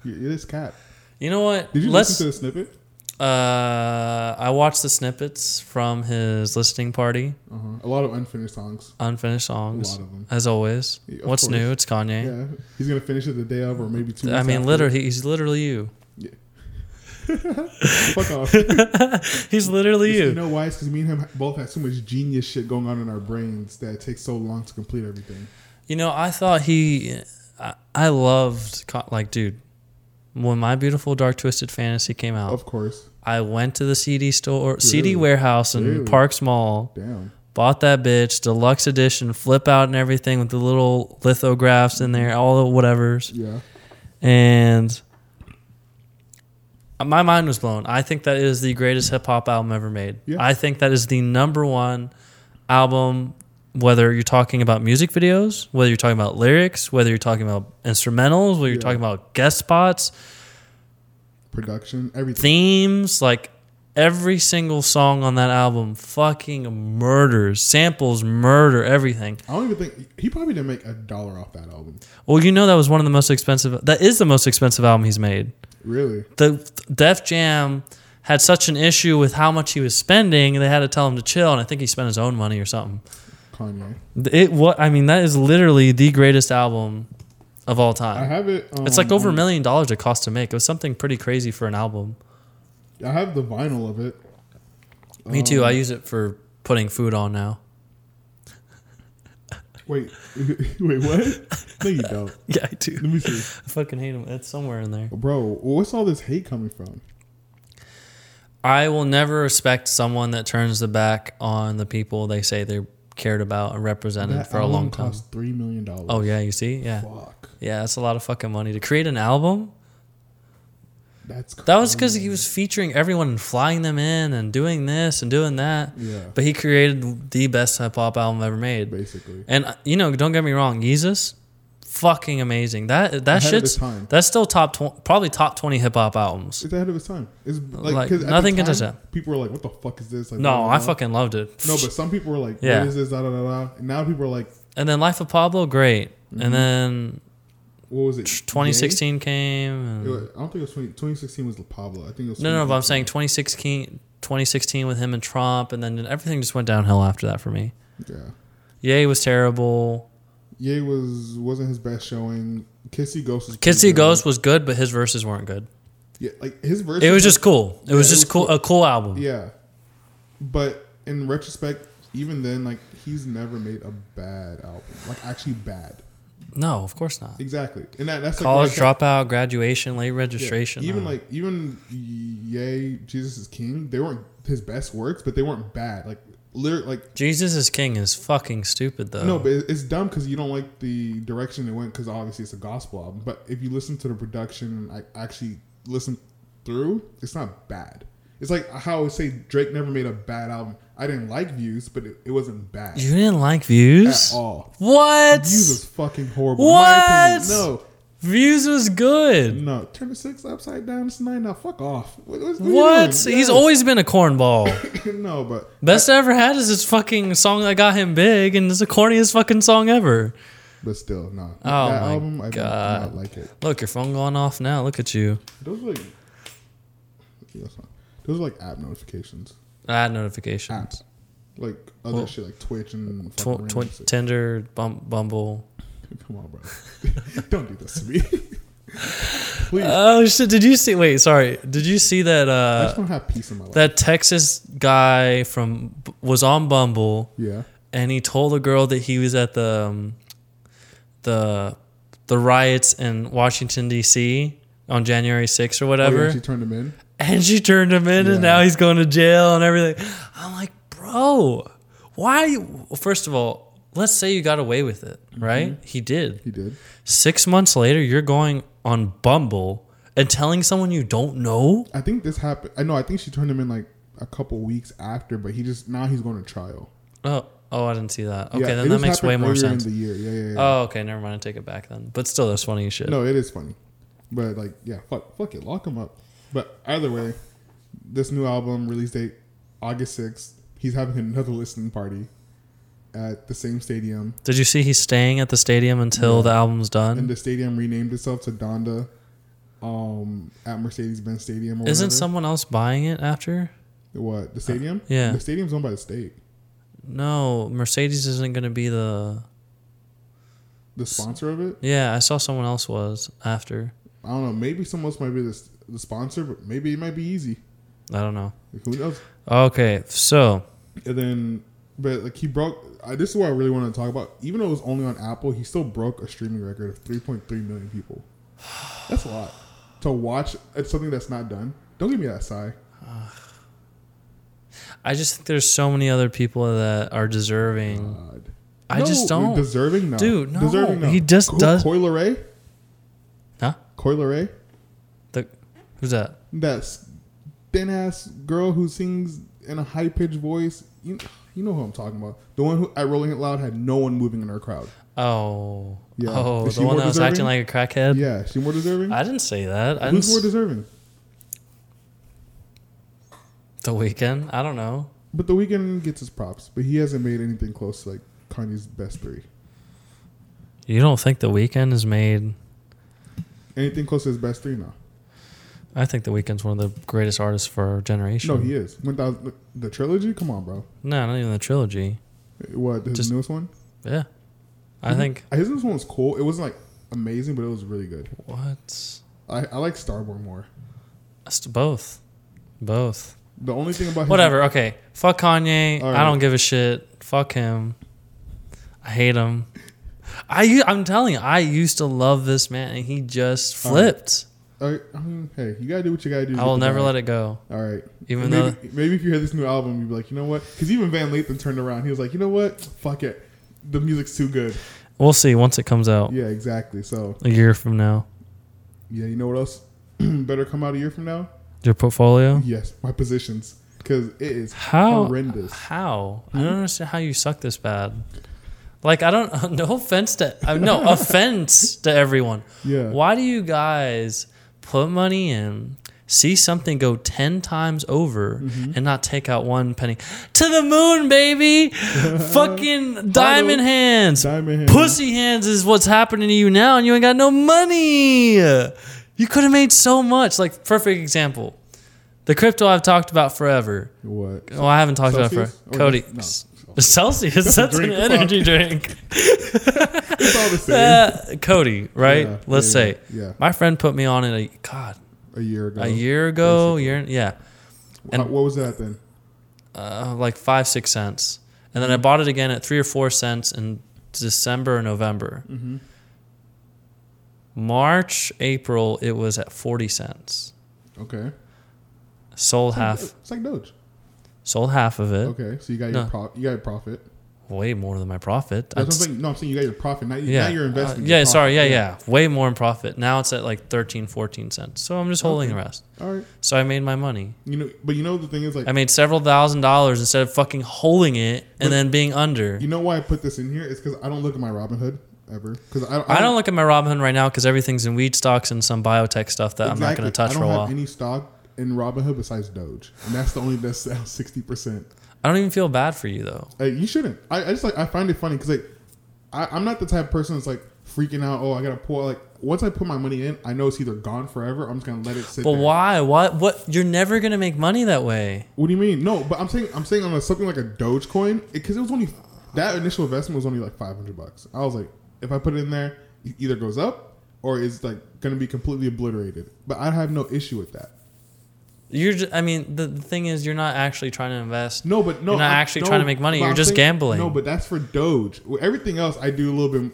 Speaker 4: You- It is cat.
Speaker 3: You know what?
Speaker 4: Did you
Speaker 3: Let's.
Speaker 4: listen to the snippet?
Speaker 3: Uh, I watched the snippets from his listening party,
Speaker 4: Uh-huh. A lot of unfinished songs.
Speaker 3: unfinished songs,
Speaker 4: of them.
Speaker 3: as always.
Speaker 4: Yeah, of
Speaker 3: What's
Speaker 4: course.
Speaker 3: new? It's Kanye.
Speaker 4: Yeah, he's gonna finish it the day of, or maybe two.
Speaker 3: I
Speaker 4: weeks
Speaker 3: mean,
Speaker 4: after.
Speaker 3: literally, he's literally you.
Speaker 4: Fuck off.
Speaker 3: He's literally
Speaker 4: you
Speaker 3: you.
Speaker 4: know why? It's because me and him both have so much genius shit going on in our brains that it takes so long to complete everything.
Speaker 3: You know, I thought he, I, I loved Ka- like, dude. When my beautiful dark twisted fantasy came out,
Speaker 4: Of course.
Speaker 3: I went to the CD store, CD
Speaker 4: Really?
Speaker 3: warehouse in
Speaker 4: Really?
Speaker 3: Parks Mall,
Speaker 4: Damn.
Speaker 3: bought that bitch, deluxe edition, flip out and everything with the little lithographs in there, all the whatevers.
Speaker 4: Yeah.
Speaker 3: And my mind was blown. I think that is the greatest hip hop album ever made.
Speaker 4: Yeah.
Speaker 3: I think that is the number one album, whether you're talking about music videos, whether you're talking about lyrics, whether you're talking about instrumentals, whether you're
Speaker 4: Yeah.
Speaker 3: talking about guest spots,
Speaker 4: Production, everything.
Speaker 3: themes, like every single song on that album fucking murders, samples murder everything.
Speaker 4: I don't even think he probably didn't make a dollar off that album.
Speaker 3: Well, you know that was one of the most expensive that is the most expensive album he's made.
Speaker 4: Really?
Speaker 3: the Def Jam had such an issue with how much he was spending, they had to tell him to chill. And I think he spent his own money or something.
Speaker 4: Kanye.
Speaker 3: It what I mean that is literally the greatest album of all
Speaker 4: I
Speaker 3: time.
Speaker 4: have it. Um,
Speaker 3: It's like over a
Speaker 4: on-
Speaker 3: million dollars it cost to make. It was something pretty crazy for an album.
Speaker 4: um, I have the vinyl of it.
Speaker 3: Me too.
Speaker 4: Oh.
Speaker 3: I use it for putting food on
Speaker 4: [LAUGHS]
Speaker 3: now.
Speaker 4: Wait, [LAUGHS] wait, what? No, you don't.
Speaker 3: Yeah, I do.
Speaker 4: Let me see,
Speaker 3: I fucking hate him. It's somewhere in there.
Speaker 4: bro. What's all this hate coming from?
Speaker 3: I will never respect someone that turns the back on the people they say they cared about and represented
Speaker 4: That
Speaker 3: for a
Speaker 4: album
Speaker 3: long time.
Speaker 4: cost three million dollars.
Speaker 3: Oh yeah, you see? Yeah.
Speaker 4: fuck.
Speaker 3: Yeah, that's a lot of fucking money to create an album.
Speaker 4: That's crazy.
Speaker 3: That was because he was featuring everyone and flying them in and doing this and doing that.
Speaker 4: Yeah.
Speaker 3: But he created the best hip hop album ever made.
Speaker 4: basically.
Speaker 3: And uh, you know, don't get me wrong, Yeezus, fucking amazing. That that
Speaker 4: Ahead of
Speaker 3: shit's
Speaker 4: the time.
Speaker 3: that's still top tw- probably top twenty hip hop albums.
Speaker 4: It's ahead of its time. It's like,
Speaker 3: Like,
Speaker 4: 'cause at the
Speaker 3: nothing can touch
Speaker 4: time,
Speaker 3: that.
Speaker 4: People were like, "What the fuck is this?" Like, blah,
Speaker 3: No,
Speaker 4: blah,
Speaker 3: I
Speaker 4: blah.
Speaker 3: fucking loved it.
Speaker 4: No, but some people were like,
Speaker 3: Yeah.
Speaker 4: "What is this?" Da da da da. And now people are like,
Speaker 3: and then Life of Pablo, great.
Speaker 4: Mm-hmm.
Speaker 3: And then
Speaker 4: "What was it?"
Speaker 3: 2016 came.
Speaker 4: Yay?
Speaker 3: And,
Speaker 4: It was- I don't think it was 20, 2016 was Pablo. I think it was.
Speaker 3: no, no, but I'm
Speaker 4: 2018.
Speaker 3: saying 2016, 2016 with him and Trump, and then everything just went downhill after that for me.
Speaker 4: Yeah,
Speaker 3: Ye was terrible.
Speaker 4: Ye was wasn't his best showing. Kissy Ghost was. pretty
Speaker 3: Kitsy
Speaker 4: good.
Speaker 3: Ghost was good, but his verses weren't good.
Speaker 4: Yeah, like his verse.
Speaker 3: It was
Speaker 4: was
Speaker 3: just cool. It was
Speaker 4: Yeah, it
Speaker 3: just
Speaker 4: was
Speaker 3: cool,
Speaker 4: cool.
Speaker 3: a cool album.
Speaker 4: Yeah, but in retrospect, even then, like he's never made a bad album. Like actually bad.
Speaker 3: No, of course not.
Speaker 4: Exactly, and that, that's like what I
Speaker 3: College
Speaker 4: kept-
Speaker 3: dropout, graduation, late
Speaker 4: Yeah.
Speaker 3: registration.
Speaker 4: Even
Speaker 3: no.
Speaker 4: like even Yay, Jesus is King. They weren't his best works, but they weren't bad. Like lyric, like
Speaker 3: Jesus is King is fucking stupid though.
Speaker 4: no, but it- it's dumb because you don't like the direction it went because obviously it's a gospel album. But if you listen to the production, and I actually listen through. It's not bad. It's like how I would say Drake never made a bad album. I didn't like Views, but it, it wasn't bad
Speaker 3: you didn't like Views.
Speaker 4: at all.
Speaker 3: What?
Speaker 4: Views was fucking horrible. in my opinion.
Speaker 3: What? Views was good.
Speaker 4: No, no. Turn the six upside down. It's nine now. Fuck off. What? what- what are you
Speaker 3: What?
Speaker 4: doing?
Speaker 3: He's
Speaker 4: Yes.
Speaker 3: always been a cornball.
Speaker 4: [LAUGHS] no, but
Speaker 3: Best I ever had is his fucking song that got him big, and it's the corniest fucking song ever.
Speaker 4: But still, no. that
Speaker 3: Oh my
Speaker 4: album, I
Speaker 3: God.
Speaker 4: do not like it.
Speaker 3: Look, your phone going off now. Look at you.
Speaker 4: Those are like, yeah, that's fine. those are like app notifications,
Speaker 3: Ad notifications.
Speaker 4: apps, like other
Speaker 3: Well,
Speaker 4: shit like Twitch and
Speaker 3: Tw-
Speaker 4: fucking random
Speaker 3: tw-
Speaker 4: shit.
Speaker 3: Tinder, bum- Bumble.
Speaker 4: [LAUGHS] Come on, bro. Don't do this to me. [LAUGHS] Please,
Speaker 3: Oh shit! Did you see? Wait, sorry. Did you see that?
Speaker 4: I
Speaker 3: Uh,
Speaker 4: just don't have peace in my life.
Speaker 3: that Texas guy from was on Bumble,
Speaker 4: yeah,
Speaker 3: and he told a girl that he was at the um, the the riots in Washington D.C. on January 6th or
Speaker 4: oh,
Speaker 3: whatever,
Speaker 4: yeah, she turned him in.
Speaker 3: and she turned him in, and
Speaker 4: Yeah.
Speaker 3: now he's going to jail and everything. I'm like, bro, why? You, first of all, let's say you got away with it, right? He did.
Speaker 4: Mm-hmm. He did.
Speaker 3: Six months later, you're going on Bumble and telling someone you don't know.
Speaker 4: I think this happened. I know. I think she turned him in like a couple weeks after, but he just now he's going to trial.
Speaker 3: Oh, oh, I didn't see that. Okay,
Speaker 4: Yeah,
Speaker 3: then
Speaker 4: it
Speaker 3: that
Speaker 4: just
Speaker 3: makes way
Speaker 4: happened
Speaker 3: more
Speaker 4: earlier
Speaker 3: sense.
Speaker 4: In the year, yeah, yeah, yeah.
Speaker 3: Oh, okay, never mind. I take it back then. But still, that's funny as shit.
Speaker 4: No, it is funny, but like, yeah, fuck, fuck it, lock him up. But either way, this new album release date August sixth. He's having another listening party at the same stadium,
Speaker 3: Did you see he's staying at the stadium until the album's done?
Speaker 4: and the stadium renamed itself to Donda. um, at Mercedes Benz Stadium. Or
Speaker 3: Isn't
Speaker 4: whatever.
Speaker 3: someone else buying it after?
Speaker 4: what the stadium?
Speaker 3: Uh, yeah.
Speaker 4: the stadium's owned by the state.
Speaker 3: No, Mercedes isn't going to be the.
Speaker 4: The sponsor of it,
Speaker 3: Yeah, I saw someone else was after.
Speaker 4: I don't know. Maybe someone else might be the, the sponsor, but maybe it might be easy.
Speaker 3: I don't know.
Speaker 4: Who knows?
Speaker 3: Okay, so
Speaker 4: And then, but like he broke. I, this is what I really wanted to talk about. Even though it was only on Apple, he still broke a streaming record of 3.3 million people. That's a lot to watch. It's something that's not done. Don't give me that sigh.
Speaker 3: I just think there's so many other people that are deserving.
Speaker 4: God.
Speaker 3: I just don't.
Speaker 4: deserving no
Speaker 3: Dude, no.
Speaker 4: deserving
Speaker 3: He just
Speaker 4: Co-
Speaker 3: does-
Speaker 4: Coil Ray,
Speaker 3: Huh?
Speaker 4: Coil Ray,
Speaker 3: The, who's that?
Speaker 4: that thin ass girl who sings in a high pitched voice. You, you know who I'm talking about. The one who at Rolling It Loud had no one moving in her crowd.
Speaker 3: Oh.
Speaker 4: Yeah.
Speaker 3: Oh,
Speaker 4: Is
Speaker 3: the
Speaker 4: she
Speaker 3: one
Speaker 4: more
Speaker 3: that was acting like a crackhead?
Speaker 4: Yeah, she more deserving.
Speaker 3: Uh, I didn't say that. I didn't
Speaker 4: Who's
Speaker 3: s-
Speaker 4: more deserving?
Speaker 3: the weekend? I don't know.
Speaker 4: But the weekend gets his props, but he hasn't made anything close to like Kanye's best three.
Speaker 3: You don't think the weekend is made.
Speaker 4: Anything close to his best three now?
Speaker 3: I think the weekend's one of the greatest artists for our generation.
Speaker 4: No, he is. One thousand the trilogy. Come on, bro.
Speaker 3: No, not even the trilogy.
Speaker 4: What his
Speaker 3: Just-
Speaker 4: newest one?
Speaker 3: Yeah. I think.
Speaker 4: His newest one was cool. It wasn't like amazing, but it was really good.
Speaker 3: What?
Speaker 4: I, I like Starborn more.
Speaker 3: That's both. Both.
Speaker 4: The only thing about his
Speaker 3: Whatever. Okay. Fuck Kanye.
Speaker 4: All
Speaker 3: I
Speaker 4: right.
Speaker 3: don't give a shit. Fuck him. I hate him. I u- I'm telling you, I used to love this man, and he just
Speaker 4: All right.
Speaker 3: flipped.
Speaker 4: I, I mean, hey, you gotta do what you gotta do.
Speaker 3: I will never let it go.
Speaker 4: All right.
Speaker 3: Even
Speaker 4: And maybe, maybe if you hear this new album, you'd be like, you know what? Because even Van Lathan turned around. He was like, you know what? Fuck it. The music's too good.
Speaker 3: We'll see once it comes out
Speaker 4: Yeah, exactly. So
Speaker 3: a year from now.
Speaker 4: yeah, you know what else? [CLEARS THROAT] Better come out a year from now.
Speaker 3: Your portfolio.
Speaker 4: Yes, my positions because it is
Speaker 3: How?
Speaker 4: horrendous.
Speaker 3: How? I don't understand how you suck this bad. Like I don't. [LAUGHS] No offense to. uh,
Speaker 4: [LAUGHS]
Speaker 3: No offense to everyone.
Speaker 4: Yeah.
Speaker 3: Why do you guys put money in, see something go 10 times over,
Speaker 4: Mm-hmm.
Speaker 3: and not take out one penny? To the moon,
Speaker 4: [LAUGHS]
Speaker 3: baby! Fucking diamond hands!
Speaker 4: Diamond hands.
Speaker 3: Pussy hands is what's happening to you now, and you ain't got no money! You could have made so much. Like, perfect example. The crypto I've talked about forever.
Speaker 4: What?
Speaker 3: Well, I haven't talked
Speaker 4: Celsius?
Speaker 3: about
Speaker 4: Or
Speaker 3: for Cody.
Speaker 4: no.
Speaker 3: [LAUGHS]
Speaker 4: [LAUGHS]
Speaker 3: Celsius, that's
Speaker 4: drink.
Speaker 3: an energy drink.
Speaker 4: It's all the
Speaker 3: [LAUGHS]
Speaker 4: same.
Speaker 3: Uh, Cody, right?
Speaker 4: Yeah,
Speaker 3: Let's
Speaker 4: yeah,
Speaker 3: say.
Speaker 4: yeah, yeah.
Speaker 3: My friend put me on it. A, God,
Speaker 4: a year ago.
Speaker 3: a year ago, year yeah,
Speaker 4: Uh, what was that then?
Speaker 3: uh, like five six cents, and then I bought it again at three or four cents in December or November.
Speaker 4: Mm-hmm.
Speaker 3: March, April, it was at forty cents.
Speaker 4: Okay.
Speaker 3: Sold half,
Speaker 4: It's like Doge.
Speaker 3: sold half of it.
Speaker 4: Okay, so you got
Speaker 3: No.
Speaker 4: your pro- you got your profit.
Speaker 3: Way more than my profit.
Speaker 4: That's what
Speaker 3: I'd
Speaker 4: I'm saying. No, I'm saying you got your profit. Now, you
Speaker 3: yeah.
Speaker 4: now you're investing.
Speaker 3: Uh,
Speaker 4: your
Speaker 3: yeah, sorry. Yeah,
Speaker 4: profit.
Speaker 3: yeah, Way more in profit. Now it's at like 13, 14 cents. So I'm just holding the rest.
Speaker 4: All right.
Speaker 3: So I made my money.
Speaker 4: You know, but you know the thing is like
Speaker 3: I made several thousand dollars instead of fucking holding it and then being under.
Speaker 4: you know why I put this in here? It's because I don't look at my Robinhood ever because I,
Speaker 3: I don't look at my Robinhood right now because everything's in weed stocks and some biotech stuff that I'm not going to touch
Speaker 4: I
Speaker 3: for
Speaker 4: don't
Speaker 3: a
Speaker 4: have
Speaker 3: while.
Speaker 4: any stock in Robinhood besides Doge, and that's the only that's sixty percent.
Speaker 3: I don't even feel bad for you though.
Speaker 4: Like, you shouldn't. I, I just like I find it funny because like I, I'm not the type of person that's like freaking out. Oh, I gotta pull. Like once I put my money in, I know it's either gone forever. I'm just gonna let it sit.
Speaker 3: But
Speaker 4: there.
Speaker 3: why? What? What? You're never going to make money that way.
Speaker 4: What do you mean? No, but I'm saying I'm saying on a, something like a Dogecoin because it, was only that initial investment was only like 500 bucks. I was like, if I put it in there, it either goes up or it's like gonna be completely obliterated. But I have no issue with that.
Speaker 3: You're. Just, I mean, the, the thing is, you're not actually trying to invest.
Speaker 4: No, but no,
Speaker 3: You're not
Speaker 4: I-
Speaker 3: actually
Speaker 4: no,
Speaker 3: trying to make money.
Speaker 4: but
Speaker 3: You're
Speaker 4: I'm
Speaker 3: just
Speaker 4: saying-
Speaker 3: gambling.
Speaker 4: No, but that's for Doge. With Everything else, I do a little bit,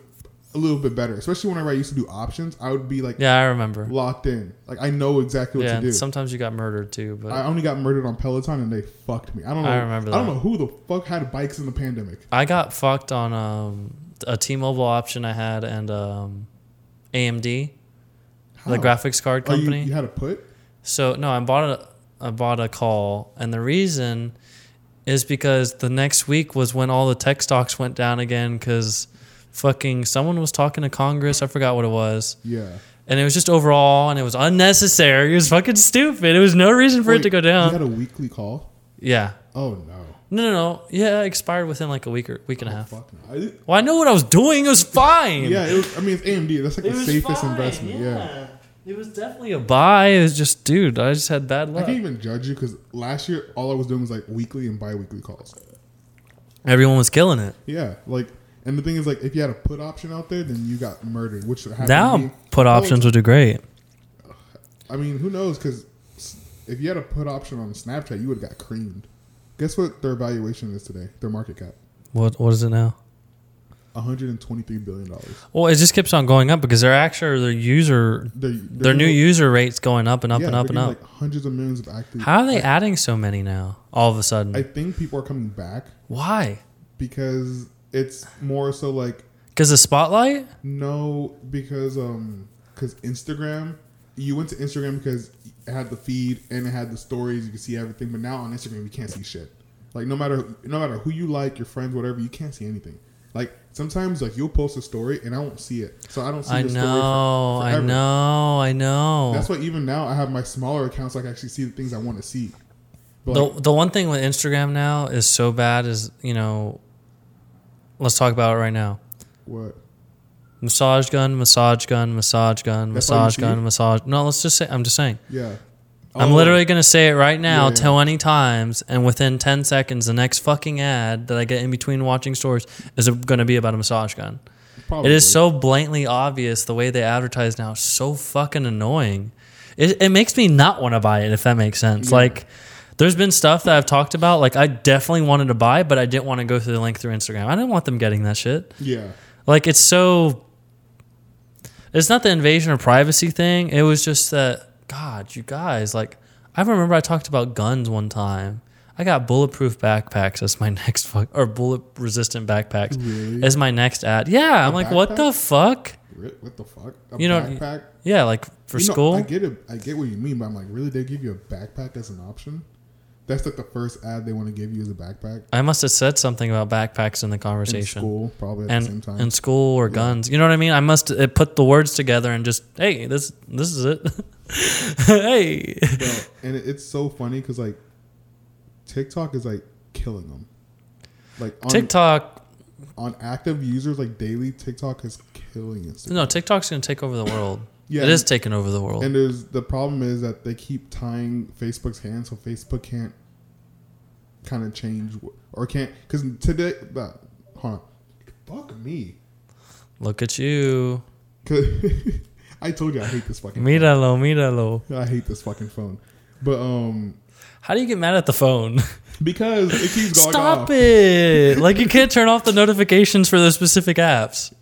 Speaker 4: a little bit better. Especially whenever I used to do options, I would be like
Speaker 3: Yeah, I remember.
Speaker 4: locked in. Like I know exactly what
Speaker 3: Yeah,
Speaker 4: to do.
Speaker 3: and sometimes you got murdered too. But
Speaker 4: I only got murdered on Peloton and they fucked me. I don't know.
Speaker 3: I remember
Speaker 4: I don't
Speaker 3: that.
Speaker 4: know who the fuck had bikes in the pandemic.
Speaker 3: I got fucked on um, a T-Mobile option I had and um, AMD, the
Speaker 4: How?
Speaker 3: graphics card
Speaker 4: Oh, you-
Speaker 3: company.
Speaker 4: you had a put.
Speaker 3: So no, I bought a I bought a call, and the reason is because the next week was when all the tech stocks went down again because fucking someone was talking to Congress. I forgot what it was.
Speaker 4: Yeah.
Speaker 3: And it was just overall, and it was unnecessary. It was fucking stupid. It was no reason for it to
Speaker 4: Wait,
Speaker 3: go
Speaker 4: You had
Speaker 3: down.
Speaker 4: a weekly call.
Speaker 3: yeah.
Speaker 4: Oh no!
Speaker 3: No, no, no. Yeah, it expired within like a week or week and a half.
Speaker 4: Oh, Fuck no! I, didn't-
Speaker 3: Well, I know what I was doing. It was fine.
Speaker 4: yeah, it was, I mean it's AMD. That's like the safest investment. Yeah.
Speaker 3: It was definitely a buy. It was just, dude, I just had bad
Speaker 4: I
Speaker 3: luck.
Speaker 4: can't even judge you because last year all I was doing was like weekly and bi-weekly calls.
Speaker 3: Everyone was killing it.
Speaker 4: Yeah, like, and the thing is, like, if you had a put option out there, then you got murdered. Which happened to
Speaker 3: Now,
Speaker 4: me.
Speaker 3: put
Speaker 4: Oh,
Speaker 3: options would do great.
Speaker 4: I mean, who knows? Because if you had a put option on Snapchat, you would have got creamed. Guess what their valuation is today? Their market cap,
Speaker 3: What What is it now?
Speaker 4: one hundred and twenty-three billion dollars.
Speaker 3: Well, it just keeps on going up because their actual their user
Speaker 4: Their,
Speaker 3: their new user rates going up and up
Speaker 4: yeah,
Speaker 3: and up
Speaker 4: they're
Speaker 3: and
Speaker 4: getting,
Speaker 3: up.
Speaker 4: Like hundreds of millions of active.
Speaker 3: How are they adding so many now? All of a sudden,
Speaker 4: I think people are coming back
Speaker 3: why?
Speaker 4: because it's more so like
Speaker 3: Because the spotlight.
Speaker 4: No, because um, because Instagram, you went to Instagram because it had the feed and it had the stories. You could see everything, but now on Instagram you can't see shit. Like no matter no matter who you like, your friends, whatever, you can't see anything. Like sometimes like you'll post a story and I won't see it, so I don't see
Speaker 3: I
Speaker 4: the
Speaker 3: know,
Speaker 4: story for,
Speaker 3: I
Speaker 4: forever.
Speaker 3: know, I know.
Speaker 4: That's why even now I have my smaller accounts. So I can actually see the things I want to see. But
Speaker 3: the
Speaker 4: like,
Speaker 3: the one thing with Instagram now is so bad is you know. Let's talk about it right now.
Speaker 4: what?
Speaker 3: Massage gun, massage gun, massage gun,
Speaker 4: That's all you
Speaker 3: massage gun,
Speaker 4: see?
Speaker 3: massage. No, let's just say. I'm just saying.
Speaker 4: Yeah.
Speaker 3: I'm
Speaker 4: Oh,
Speaker 3: literally gonna say it right now,
Speaker 4: Yeah, yeah.
Speaker 3: 20 times, and within 10 seconds, the next fucking ad that I get in between watching stories is gonna be about a massage gun.
Speaker 4: probably.
Speaker 3: It is so blatantly obvious the way they advertise now. It's so fucking annoying. It, it makes me not want to buy it, if that makes sense. Like, there's been stuff that I've talked about, like, I definitely wanted to buy, but I didn't want to go through the link through Instagram. I didn't want them getting that shit.
Speaker 4: yeah.
Speaker 3: Like, it's so. It's not the invasion of privacy thing. It was just that, God, you guys, like, I remember I talked about guns one time. I got bulletproof backpacks as my [LAUGHS] next fuck, or bullet resistant backpacks
Speaker 4: Really?
Speaker 3: as my next ad. Yeah, I'm like, what the
Speaker 4: backpack?
Speaker 3: fuck?
Speaker 4: Re- What the fuck? A
Speaker 3: You know-
Speaker 4: backpack.
Speaker 3: Yeah, like for
Speaker 4: You know,
Speaker 3: school.
Speaker 4: I get it. I get what you mean, but I'm like, really? They give you a backpack as an option? That's like the first ad they want to give you as a backpack
Speaker 3: I must have said something about backpacks in the
Speaker 4: in
Speaker 3: conversation.
Speaker 4: school, probably at the same
Speaker 3: And
Speaker 4: time.
Speaker 3: in school or guns, you know what I mean. I must it put the words together and just hey, this this is it. [LAUGHS] hey,
Speaker 4: But- and it, it's so funny because like TikTok is like killing them. Like on,
Speaker 3: TikTok.
Speaker 4: on active users, like daily, TikTok is killing Instagram.
Speaker 3: No, TikTok's gonna take over the world.
Speaker 4: Yeah,
Speaker 3: it is
Speaker 4: and-
Speaker 3: taking over the world.
Speaker 4: And there's the problem is that they keep tying Facebook's hands, so Facebook can't kind of change wh- or can't because today. But, hold on, fuck me.
Speaker 3: Look at you,
Speaker 4: 'Cause- [LAUGHS] I told you I hate this fucking.
Speaker 3: míralo, míralo.
Speaker 4: I hate this fucking phone. But um,
Speaker 3: How do you get mad at the
Speaker 4: [LAUGHS]
Speaker 3: phone?
Speaker 4: because it keeps going
Speaker 3: Stop
Speaker 4: off.
Speaker 3: it! Like you can't turn off the notifications for those specific apps.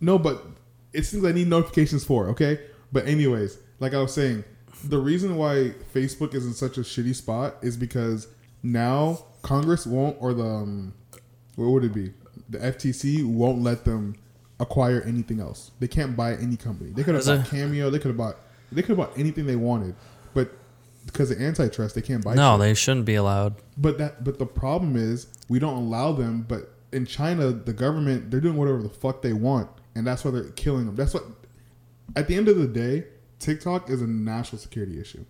Speaker 4: No, but it's things I need notifications for. Okay, but anyways, like I was saying, the reason why Facebook is in such a shitty spot is because now Congress won't, or the um, what would it be? The FTC won't let them acquire anything else. They can't buy any company. They could have
Speaker 3: Is
Speaker 4: bought
Speaker 3: it-
Speaker 4: Cameo. They could have bought. They could have bought anything they wanted, but because of antitrust, they can't buy.
Speaker 3: No,
Speaker 4: shit.
Speaker 3: they shouldn't be allowed.
Speaker 4: But that but the problem is we don't allow them. But in China, the government they're doing whatever the fuck they want, and that's why they're killing them. That's what. At the end of the day, TikTok is a national security issue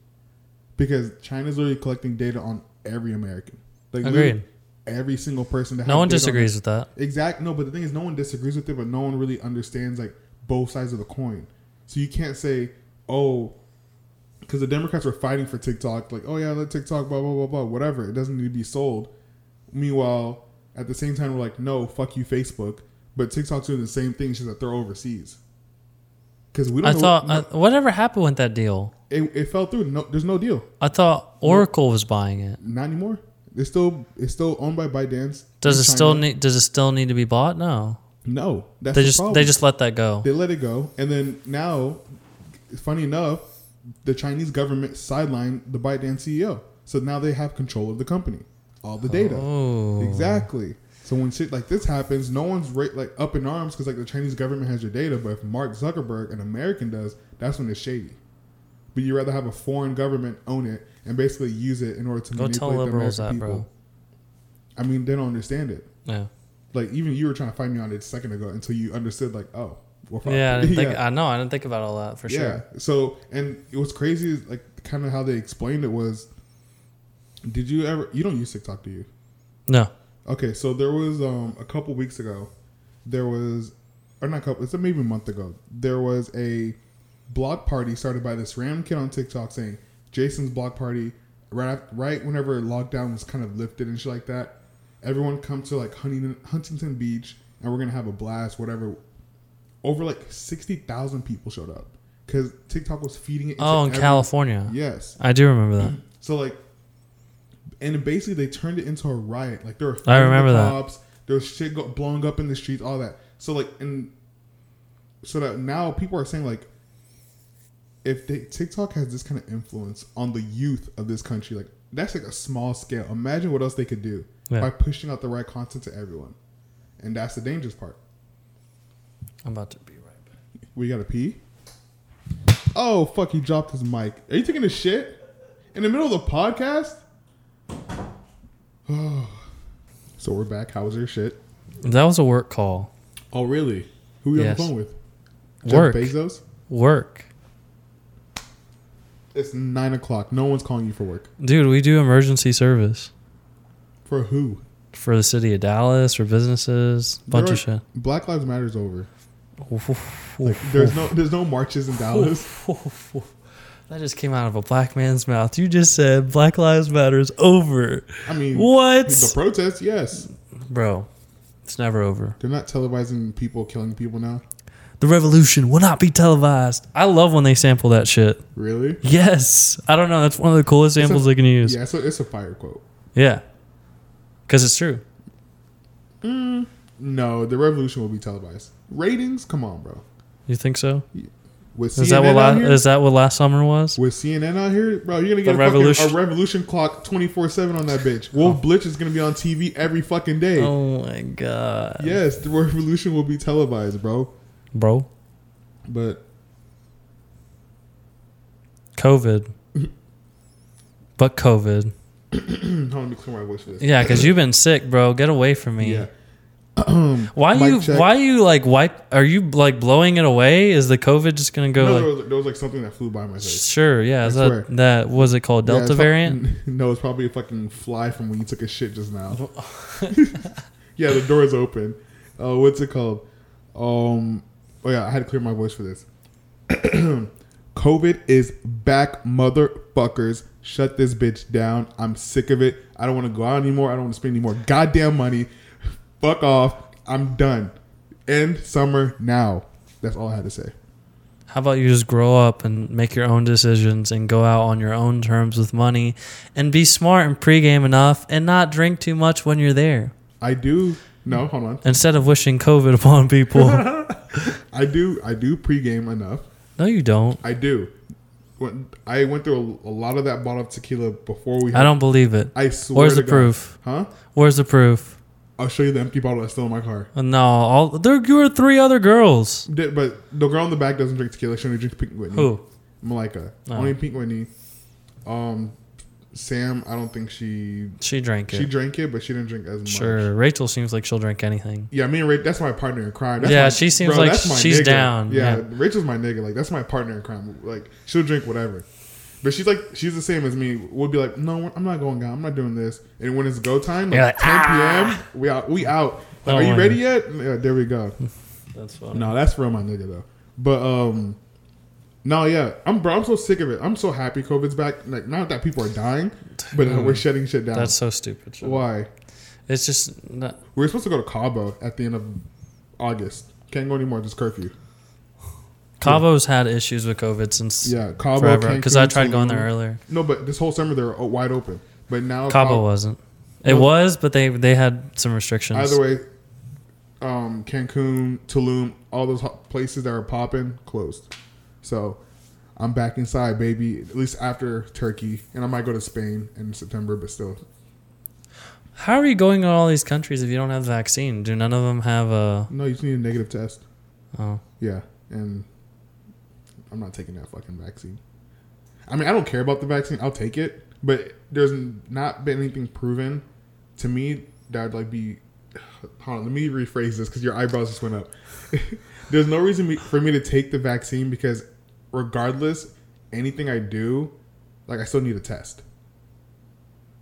Speaker 4: because China's literally collecting data on every American. Like literally
Speaker 3: Agreed.
Speaker 4: every single person. That
Speaker 3: No
Speaker 4: has
Speaker 3: one
Speaker 4: data on
Speaker 3: disagrees
Speaker 4: them.
Speaker 3: with that.
Speaker 4: Exact. No, but the thing is, no one disagrees with it, but no one really understands like both sides of the coin. So you can't say, oh, because the Democrats were fighting for TikTok, like, oh yeah, let TikTok, blah blah blah blah, whatever. It doesn't need to be sold. Meanwhile, at the same time, we're like, no, fuck you, Facebook. But TikTok's doing the same thing, it's just that they're overseas. Because we don't.
Speaker 3: I
Speaker 4: know,
Speaker 3: thought
Speaker 4: no,
Speaker 3: uh, whatever happened with that deal.
Speaker 4: it, it fell through. No, there's no deal.
Speaker 3: I thought Oracle was buying it.
Speaker 4: Not anymore. It's still it's still owned by ByteDance.
Speaker 3: Does
Speaker 4: in
Speaker 3: it still
Speaker 4: China.
Speaker 3: need? Does it still need to be bought? No,
Speaker 4: No, that's
Speaker 3: they
Speaker 4: the
Speaker 3: just
Speaker 4: problem.
Speaker 3: they just let that go.
Speaker 4: They let it go, and then now, funny enough, the Chinese government sidelined the ByteDance CEO, so now they have control of the company, all the data.
Speaker 3: Oh.
Speaker 4: Exactly. So when shit like this happens, no one's ra- like up in arms because like the Chinese government has your data, but if Mark Zuckerberg, an American, does, that's when it's shady. But you would rather have a foreign government own it and basically use it in order to
Speaker 3: Go
Speaker 4: manipulate
Speaker 3: tell
Speaker 4: the
Speaker 3: liberals
Speaker 4: American
Speaker 3: that,
Speaker 4: people.
Speaker 3: bro.
Speaker 4: I mean, they don't understand it
Speaker 3: Yeah,
Speaker 4: like even you were trying to find me on it a second ago until you understood like oh we're fine. [LAUGHS]
Speaker 3: yeah. I didn't think. I know. I didn't think about all that for
Speaker 4: yeah
Speaker 3: sure.
Speaker 4: so and it was crazy is, like kind of how they explained it was did you ever you don't use tiktok do you
Speaker 3: No,
Speaker 4: okay so there was um a couple weeks ago there was or not a couple it's maybe a month ago there was a block party started by this random kid on TikTok saying Jason's block party right after, right whenever lockdown was kind of lifted and shit like that. Everyone come to like Huntington, Huntington Beach and we're gonna have a blast. Whatever. Over like sixty thousand people showed up because TikTok was feeding it. into
Speaker 3: Oh, in
Speaker 4: every-
Speaker 3: California.
Speaker 4: Yes.
Speaker 3: I do remember that.
Speaker 4: So like, and basically they turned it into a riot. Like there were
Speaker 3: I remember
Speaker 4: the
Speaker 3: that.
Speaker 4: cops. There was shit go- blowing up in the streets, all that. So like, and so that now people are saying like, if they, TikTok has this kind of influence on the youth of this country, like that's like a small scale. Imagine what else they could do
Speaker 3: Yeah.
Speaker 4: by pushing out the right content to everyone, and that's the dangerous part.
Speaker 3: I'm about to be right back.
Speaker 4: We gotta pee. Oh fuck! He dropped his mic. Are you taking a shit in the middle of the podcast? [SIGHS] Oh. So we're back. How was your shit?
Speaker 3: That was a work call.
Speaker 4: Oh really? Who are you
Speaker 3: Yes.
Speaker 4: on the phone with?
Speaker 3: Work.
Speaker 4: Bezos.
Speaker 3: Work.
Speaker 4: It's nine o'clock. No one's calling you for work.
Speaker 3: Dude, we do emergency service
Speaker 4: For who?
Speaker 3: for the city of Dallas, for businesses, bunch
Speaker 4: There
Speaker 3: of
Speaker 4: are-
Speaker 3: shit.
Speaker 4: Black Lives Matter is over.
Speaker 3: Oof, oof,
Speaker 4: Like
Speaker 3: oof,
Speaker 4: there's no there's no marches in
Speaker 3: [LAUGHS]
Speaker 4: Dallas.
Speaker 3: oof, oof, oof. That just came out of a black man's mouth. You just said Black Lives Matter is over.
Speaker 4: I mean,
Speaker 3: What?
Speaker 4: The protests, yes.
Speaker 3: Bro, it's never over.
Speaker 4: They're not televising people killing people now.
Speaker 3: The revolution will not be televised. I love when they sample that shit.
Speaker 4: Really?
Speaker 3: Yes. I don't know. That's one of the coolest samples they can use.
Speaker 4: Yeah, so it's a fire quote.
Speaker 3: Yeah. Because it's true.
Speaker 4: No, the revolution will be televised. Ratings? Come on, bro.
Speaker 3: You think so?
Speaker 4: With CNN
Speaker 3: Is that what
Speaker 4: out
Speaker 3: last
Speaker 4: here,
Speaker 3: is that what last summer was?
Speaker 4: with CNN out here, bro, you're gonna get a,
Speaker 3: The
Speaker 4: revolution.
Speaker 3: revolution-
Speaker 4: Fucking, a revolution clock twenty four seven on
Speaker 3: [LAUGHS]
Speaker 4: that bitch. Wolf Blitz is gonna be on TV every fucking day.
Speaker 3: Oh my god.
Speaker 4: Yes, the [LAUGHS] revolution will be televised, bro.
Speaker 3: Bro,
Speaker 4: But [CLEARS THROAT]
Speaker 3: COVID. but COVID.
Speaker 4: hold on, let me clear my voice for this.
Speaker 3: Yeah, because you've been sick, bro. Get away from me.
Speaker 4: Yeah.
Speaker 3: Why
Speaker 4: Mic
Speaker 3: you
Speaker 4: check.
Speaker 3: why you like wipe are you like blowing it away? Is the COVID just gonna go
Speaker 4: No,
Speaker 3: like
Speaker 4: there, was, there was like something that flew by my face.
Speaker 3: Sure, yeah. Is
Speaker 4: swear.
Speaker 3: that that was it called
Speaker 4: Yeah,
Speaker 3: Delta
Speaker 4: it's prob-
Speaker 3: variant?
Speaker 4: [LAUGHS] No, it's probably a fucking fly from when you took a shit just now. [LAUGHS] yeah, the door's open. Uh, what's it called? Um, oh yeah, I had to clear my voice for this. [CLEARS THROAT] COVID is back, motherfuckers. Shut this bitch down. I'm sick of it. I don't want to go out anymore. I don't want to spend any more goddamn money. Fuck off. I'm done. End summer now. That's all I had to say.
Speaker 3: How about you just grow up and make your own decisions and go out on your own terms with money and be smart and pregame enough and not drink too much when you're there
Speaker 4: I do. No, hold on.
Speaker 3: instead of wishing COVID [LAUGHS] upon people.
Speaker 4: [LAUGHS] I do. I do pregame enough.
Speaker 3: no, you don't.
Speaker 4: I do. When I went through a, a lot of that bottle of tequila before we.
Speaker 3: I don't believe it.
Speaker 4: I swear.
Speaker 3: Where's the
Speaker 4: to God.
Speaker 3: proof?
Speaker 4: Huh?
Speaker 3: Where's the proof?
Speaker 4: I'll show you the empty bottle that's still in my car.
Speaker 3: Uh, No, all there you were three other girls.
Speaker 4: Did- But the girl in the back doesn't drink tequila. She only drinks Pink Whitney.
Speaker 3: Who?
Speaker 4: Malika.
Speaker 3: Oh.
Speaker 4: Only Pink Whitney. Um, Sam. I don't think she.
Speaker 3: She drank it.
Speaker 4: She drank it, but she didn't drink as much.
Speaker 3: sure. Rachel seems like she'll drink anything.
Speaker 4: Yeah, me and Rachel. That's my partner in crime. That's
Speaker 3: Yeah,
Speaker 4: my-
Speaker 3: she seems like
Speaker 4: that's my
Speaker 3: she's
Speaker 4: nigga.
Speaker 3: down.
Speaker 4: Yeah,
Speaker 3: Yeah.
Speaker 4: Rachel's my nigga. Like that's my partner in crime. Like she'll drink whatever, but she's like she's the same as me. We'll be like, no, I'm not going out. I'm not doing this. And when it's go time, like,
Speaker 3: You're like,
Speaker 4: 10 p.m., we out. We out. Like,
Speaker 3: Oh
Speaker 4: are you
Speaker 3: my
Speaker 4: ready yet? Yeah, there we go.
Speaker 3: That's fine.
Speaker 4: no, that's real my nigga though. But um, no, yeah, I'm bro. I'm so sick of it. I'm so happy COVID's back. Like not that people are dying, but that we're shutting shit down.
Speaker 3: That's so stupid. Sean.
Speaker 4: why
Speaker 3: It's just not,
Speaker 4: we were supposed to go to Cabo at the end of August. Can't go anymore. Just curfew.
Speaker 3: Cabo's had issues with COVID since
Speaker 4: Yeah, Cabo.
Speaker 3: forever. Because I
Speaker 4: Cancun,
Speaker 3: tried going there
Speaker 4: Tulum.
Speaker 3: earlier.
Speaker 4: No, but this whole summer they're o- wide open. But now
Speaker 3: Cabo wasn't. It
Speaker 4: Well-
Speaker 3: was, but they they had some restrictions.
Speaker 4: Either way, um, Cancun, Tulum, all those hot places that are popping closed. So I'm back inside, baby. At least after Turkey, and I might go to Spain in September. But still,
Speaker 3: How are you going to all these countries if you don't have the vaccine? Do none of them have a?
Speaker 4: no, you just need a negative test.
Speaker 3: Oh,
Speaker 4: Yeah, and I'm not taking that fucking vaccine. I mean, I don't care about the vaccine. I'll take it, but there's not been anything proven to me that would like be. [SIGHS] Hold on, let me rephrase this because your eyebrows just went up. [LAUGHS] there's no reason me, for me to take the vaccine because, regardless, anything I do, like I still need a test.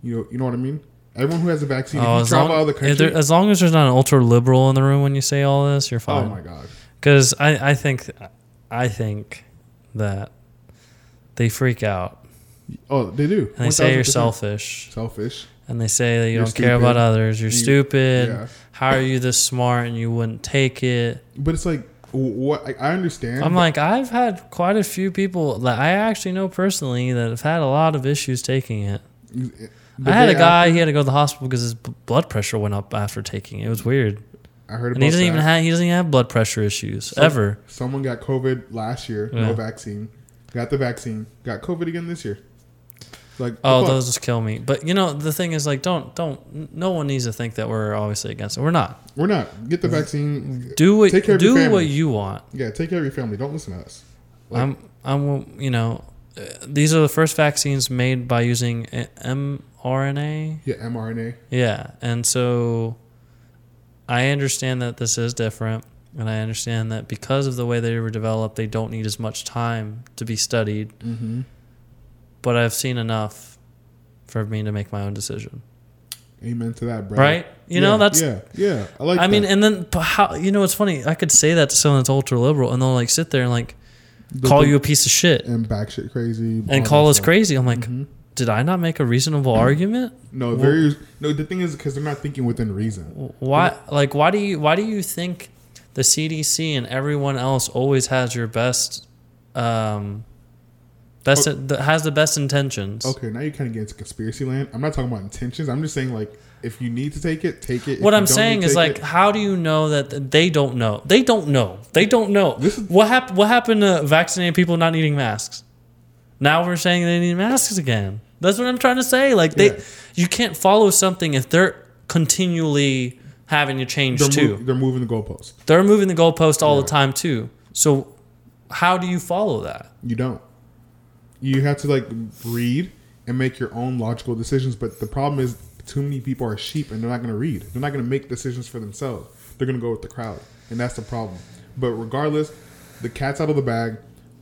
Speaker 4: You know, you know what I mean. Everyone who has a vaccine,
Speaker 3: oh
Speaker 4: if you
Speaker 3: as, long,
Speaker 4: travel out of the
Speaker 3: if
Speaker 4: country,
Speaker 3: there- as long as there's not an ultra liberal in the room when you say all this, you're
Speaker 4: oh
Speaker 3: fine.
Speaker 4: my god,
Speaker 3: Because I I think I think that, they freak out
Speaker 4: Oh, they do.
Speaker 3: and they say you're
Speaker 4: 1000%.
Speaker 3: selfish
Speaker 4: Selfish.
Speaker 3: and they say that you
Speaker 4: You're
Speaker 3: don't care about
Speaker 4: stupid.
Speaker 3: others. You're
Speaker 4: You-
Speaker 3: stupid.
Speaker 4: yeah.
Speaker 3: How are you this smart and you wouldn't take it?
Speaker 4: But it's like w- what I I understand.
Speaker 3: I'm
Speaker 4: but
Speaker 3: like, I've had quite a few people that I actually know personally that have had a lot of issues taking it.
Speaker 4: you- eh, the
Speaker 3: I had a
Speaker 4: day
Speaker 3: guy, he had to go to the hospital because his b- blood pressure went up after taking it. It was weird.
Speaker 4: after- I heard about
Speaker 3: And he doesn't even
Speaker 4: that.
Speaker 3: have he doesn't even have blood pressure issues ever.
Speaker 4: Someone got COVID last year,
Speaker 3: Yeah.
Speaker 4: no vaccine. Got the vaccine, got COVID again this year. Like
Speaker 3: Oh,
Speaker 4: fuck.
Speaker 3: those just kill me. But you know, the thing is like don't don't n- no one needs to think that we're obviously against it. We're not.
Speaker 4: We're not get the vaccine.
Speaker 3: Do what
Speaker 4: Take care of your
Speaker 3: do
Speaker 4: family.
Speaker 3: what you want.
Speaker 4: Yeah, take care of your family. Don't listen to us. Like-
Speaker 3: I'm I'm you know, uh, these are the first vaccines made by using a- mRNA.
Speaker 4: Yeah, mRNA.
Speaker 3: Yeah, and so I understand that this is different, and I understand that because of the way they were developed, they don't need as much time to be studied.
Speaker 4: Mm-hmm.
Speaker 3: But I've seen enough for me to make my own decision,
Speaker 4: Amen to that, bro.
Speaker 3: right? You know,
Speaker 4: Yeah,
Speaker 3: that's.
Speaker 4: yeah, yeah. I like.
Speaker 3: I mean,
Speaker 4: that.
Speaker 3: and then but how you know it's funny? I could say that to someone that's ultra liberal, and they'll like sit there and like
Speaker 4: The-
Speaker 3: call
Speaker 4: the-
Speaker 3: you a piece of shit
Speaker 4: and back shit crazy all
Speaker 3: and call
Speaker 4: that
Speaker 3: us
Speaker 4: stuff.
Speaker 3: crazy. I'm like, did I not make a reasonable argument?
Speaker 4: No, very. No, the thing is, because they're not thinking within reason.
Speaker 3: why like why do you why do you think the CDC and everyone else always has your best um best that has the best intentions
Speaker 4: Okay, now you're kind of getting into conspiracy land. I'm not talking about intentions. I'm just saying, like, if you need to take it, take it. If
Speaker 3: what
Speaker 4: you
Speaker 3: i'm
Speaker 4: don't
Speaker 3: saying
Speaker 4: need to
Speaker 3: is
Speaker 4: take
Speaker 3: like
Speaker 4: it-
Speaker 3: how do you know that th- they don't know they don't know they don't know
Speaker 4: This is-
Speaker 3: what happened what happened to vaccinated people not needing masks now we're saying they need masks again that's what i'm trying to say like they
Speaker 4: Yeah.
Speaker 3: you can't follow something if they're continually having to change
Speaker 4: they're,
Speaker 3: too
Speaker 4: mov- they're moving the goalpost.
Speaker 3: They're moving the goalpost all the time too. So how do you follow that?
Speaker 4: You don't. You have to like read and make your own logical decisions. But the problem is, too many people are sheep and they're not going to read. They're not going to make decisions for themselves. They're going to go with the crowd, and that's the problem. But regardless, the cat's out of the bag.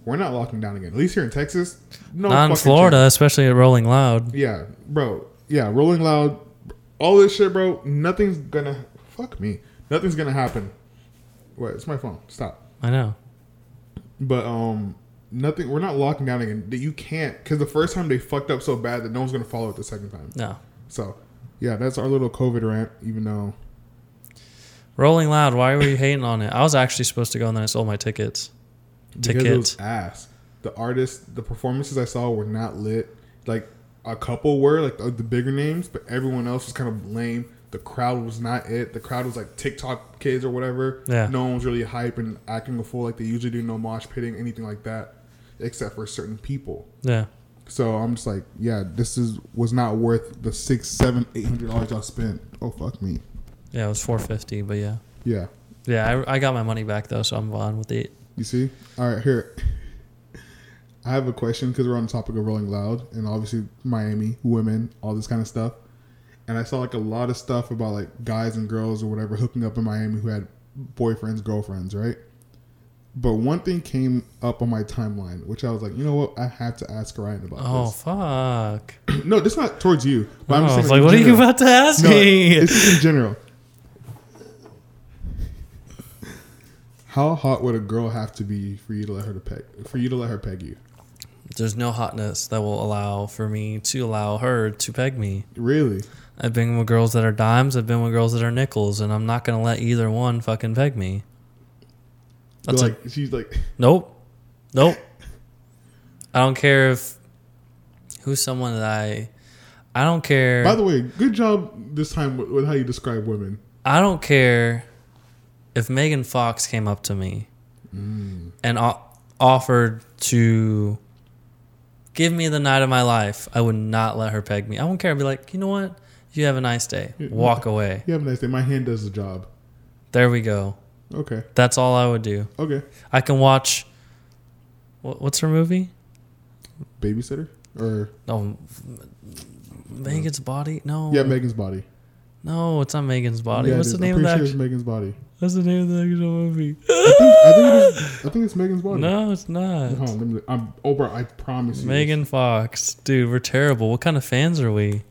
Speaker 4: We're not locking down again. At least here in Texas, no.
Speaker 3: Not in
Speaker 4: fucking
Speaker 3: Florida,
Speaker 4: chance.
Speaker 3: especially at Rolling Loud.
Speaker 4: Yeah, bro. Yeah, Rolling Loud, all this shit, bro. Nothing's gonna fuck me. Nothing's gonna happen. Wait, it's my phone. Stop.
Speaker 3: I know.
Speaker 4: But um, nothing. We're not locking down again. That you can't because the first time they fucked up so bad that no one's gonna follow it the second time.
Speaker 3: No.
Speaker 4: So yeah, that's our little COVID rant. Even though
Speaker 3: Rolling Loud, why were you hating on it? I was actually supposed to go and then I sold my tickets.
Speaker 4: because it was
Speaker 3: Tickets.
Speaker 4: ass. The artists, the performances I saw were not lit. Like a couple were like the, the bigger names, but everyone else was kind of lame. The crowd was not it. The crowd was like TikTok kids or whatever.
Speaker 3: Yeah.
Speaker 4: No one was really hype and acting a fool like they usually do. No mosh pitting, anything like that, except for certain people.
Speaker 3: Yeah.
Speaker 4: So I'm just like, yeah, this is was not worth the six, seven, eight hundred dollars I spent. Oh fuck me.
Speaker 3: Yeah, it was four fifty, but yeah.
Speaker 4: Yeah.
Speaker 3: Yeah, I, I got my money back though, so I'm fine with it.
Speaker 4: You see? All right, here. [LAUGHS] I have a question because we're on the topic of Rolling Loud and obviously Miami, women, all this kind of stuff. And I saw like a lot of stuff about like guys and girls or whatever hooking up in Miami who had boyfriends, girlfriends, right? But one thing came up on my timeline, which I was like, you know what? I have to ask Ryan about
Speaker 3: Oh fuck.
Speaker 4: this. No, this not towards you. But
Speaker 3: Oh,
Speaker 4: I'm
Speaker 3: I
Speaker 4: just
Speaker 3: was
Speaker 4: saying
Speaker 3: like,
Speaker 4: in
Speaker 3: what are you
Speaker 4: general.
Speaker 3: about to ask
Speaker 4: [LAUGHS] No,
Speaker 3: me?
Speaker 4: it's just in general. How hot would a girl have to be for you to let her to peg for you to let her peg you?
Speaker 3: There's no hotness that will allow for me to allow her to peg me.
Speaker 4: Really?
Speaker 3: I've been with girls that are dimes. I've been with girls that are nickels, and I'm not gonna let either one fucking peg me. That's
Speaker 4: like
Speaker 3: like
Speaker 4: she's like
Speaker 3: nope, nope. I don't care if who's someone that I. I don't care.
Speaker 4: By the way, good job this time with, with how you describe women.
Speaker 3: I don't care if Megan Fox came up to me
Speaker 4: Mm.
Speaker 3: and o- offered to give me the night of my life. I would not let her peg me. I wouldn't care. I'd be like, you know what? You have a nice day. Walk away.
Speaker 4: You have a nice day. My hand does the job.
Speaker 3: There we go.
Speaker 4: Okay.
Speaker 3: That's all I would do.
Speaker 4: Okay.
Speaker 3: I can watch. wha- What's her movie?
Speaker 4: Babysitter? Or
Speaker 3: No, Megan's body. No,
Speaker 4: yeah, Megan's body. no,
Speaker 3: no, it's not Megan's body.
Speaker 4: Yeah, it
Speaker 3: Hmm. What's
Speaker 4: is.
Speaker 3: the
Speaker 4: I'm
Speaker 3: name of
Speaker 4: pretty
Speaker 3: that?
Speaker 4: sure it's Megan's body.
Speaker 3: What's the name of the actual movie?
Speaker 4: I think, it is, I think it's Megan's body.
Speaker 3: no, it's not.
Speaker 4: Hold on, let me, I'm Oprah. I promise you.
Speaker 3: Megan Fox, dude, we're terrible. What kind of fans are we?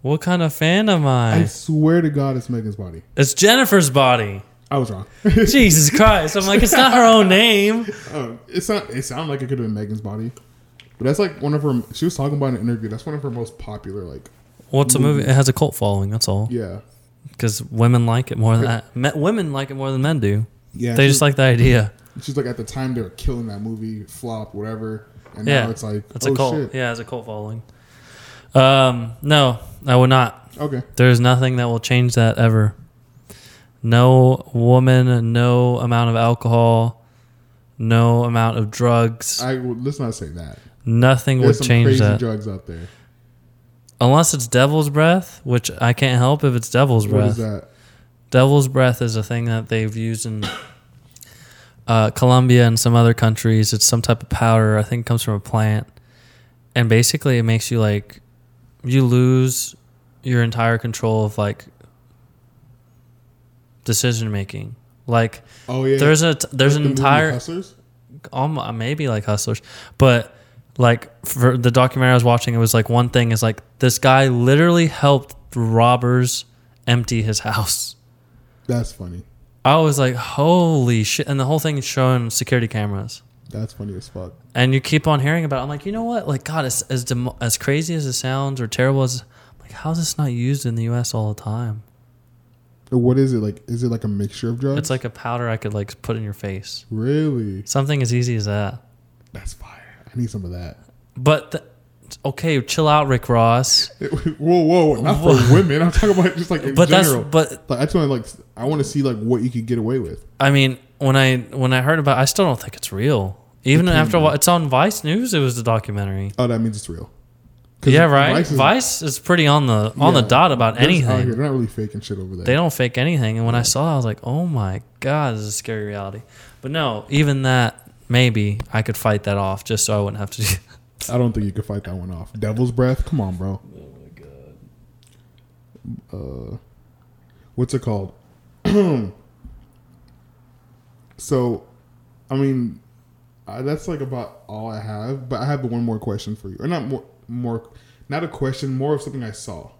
Speaker 3: What kind of fan am I?
Speaker 4: I swear to God, it's Megan's body.
Speaker 3: it's Jennifer's body.
Speaker 4: I was wrong. [LAUGHS]
Speaker 3: Jesus Christ. I'm like, it's not her own name.
Speaker 4: oh, it's not. It sounded like it could have been Megan's body, but that's like one of her. She was talking about in an interview. That's one of her most popular. Like,
Speaker 3: Well, it's a movie. It has a cult following. That's all.
Speaker 4: yeah,
Speaker 3: Because women like it more than that. Me- women like it more than men do.
Speaker 4: yeah.
Speaker 3: They
Speaker 4: she-
Speaker 3: just like the idea.
Speaker 4: She's like at the time they were killing that movie flop whatever, and
Speaker 3: Yeah.
Speaker 4: now it's like
Speaker 3: That's
Speaker 4: oh
Speaker 3: a cult.
Speaker 4: shit.
Speaker 3: Yeah, it's a cult following. Um, no, I will not.
Speaker 4: Okay,
Speaker 3: There's nothing that will change that ever. No woman, no amount of alcohol, no amount of drugs.
Speaker 4: I would- let's not say that.
Speaker 3: nothing would
Speaker 4: There's some
Speaker 3: change
Speaker 4: crazy
Speaker 3: that.
Speaker 4: drugs out there.
Speaker 3: Unless it's devil's breath, which I can't help if it's devil's
Speaker 4: What is
Speaker 3: breath.
Speaker 4: that?
Speaker 3: Devil's breath is a thing that they've used in uh, Colombia and some other countries. It's some type of powder. I think it comes from a plant, and basically it makes you like you lose your entire control of like decision making. Like
Speaker 4: Oh yeah,
Speaker 3: there's a there's
Speaker 4: The
Speaker 3: an
Speaker 4: movie
Speaker 3: entire
Speaker 4: Hustlers?
Speaker 3: almost maybe like hustlers, but like for the documentary I was watching, it was like one thing is like this guy literally helped robbers empty his [LAUGHS] house.
Speaker 4: That's funny.
Speaker 3: I was like, holy shit! And the whole thing is showing security cameras,
Speaker 4: That's funny as fuck.
Speaker 3: and you keep on hearing about. It. I'm like, you know what? Like, God, as as, demo- as crazy as it sounds or terrible as, I'm like, how's this not used in the U.S. all the time?
Speaker 4: But What is it like? Is it like a mixture of drugs?
Speaker 3: It's like a powder I could like put in your face.
Speaker 4: really.
Speaker 3: Something as easy as that.
Speaker 4: That's fire. I need some of that. [LAUGHS]
Speaker 3: But the, okay, chill out, Rick Ross.
Speaker 4: whoa, whoa, not for women. I'm talking about just like in
Speaker 3: But that's
Speaker 4: general.
Speaker 3: but
Speaker 4: like, I just want to like, I want to see like what you could get away with.
Speaker 3: I mean, when I when I heard about, I still don't think it's real. Even after a while, it's on Vice News. It was the documentary.
Speaker 4: Oh, that means it's real. 'Cause
Speaker 3: Yeah, right. Vice
Speaker 4: Vice
Speaker 3: is,
Speaker 4: is-
Speaker 3: pretty on the on the
Speaker 4: Yeah.
Speaker 3: dot about
Speaker 4: They're just out here.
Speaker 3: anything.
Speaker 4: They're not really faking shit over there.
Speaker 3: They don't fake anything. And when I saw, it, I was like, oh my god, this is a scary reality. But no, even that maybe I could fight that off just so I wouldn't have to. Do
Speaker 4: I don't think you could fight that one off. Devil's breath. Come on, bro. Oh my god. Uh, what's it called? [CLEARS THROAT] so, I mean, I, that's like about all I have. But I have one more question for you, or not more, more, not a question, more of something I saw.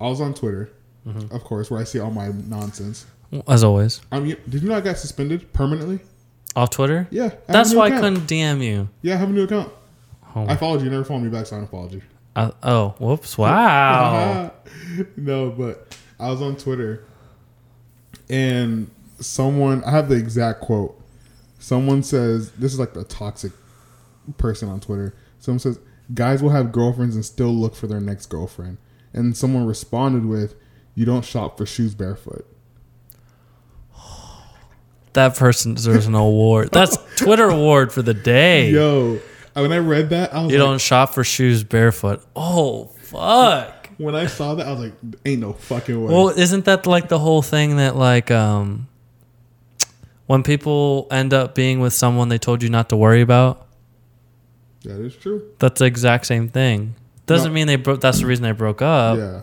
Speaker 4: I was on Twitter,
Speaker 3: Mm-hmm.
Speaker 4: of course, where I see all my nonsense.
Speaker 3: [LAUGHS] As always,
Speaker 4: I mean, did you know I got suspended permanently?
Speaker 3: off Twitter.
Speaker 4: Yeah, I have a
Speaker 3: That's
Speaker 4: new
Speaker 3: why I
Speaker 4: account.
Speaker 3: couldn't DM you.
Speaker 4: Yeah, I have a new account.
Speaker 3: Oh,
Speaker 4: I followed you. You Never followed me back, so I don't follow you.
Speaker 3: I- oh, whoops!
Speaker 4: Uh-huh.
Speaker 3: Wow.
Speaker 4: [LAUGHS] no, but I was on Twitter and someone, I have the exact quote. Someone says, this is like the toxic person on Twitter. Someone says, guys will have girlfriends and still look for their next girlfriend. And someone responded with, you don't shop for shoes barefoot.
Speaker 3: That person deserves an award. That's Twitter award for the day.
Speaker 4: Yo, when I read that, I was
Speaker 3: You
Speaker 4: like,
Speaker 3: don't shop for shoes barefoot. Oh fuck.
Speaker 4: when I saw that, I was like, ain't no fucking way.
Speaker 3: Well, isn't that like the whole thing that like um when people end up being with someone they told you not to worry about?
Speaker 4: that is true.
Speaker 3: That's the exact same thing. Doesn't
Speaker 4: No.
Speaker 3: mean they broke that's the reason they broke up,
Speaker 4: yeah.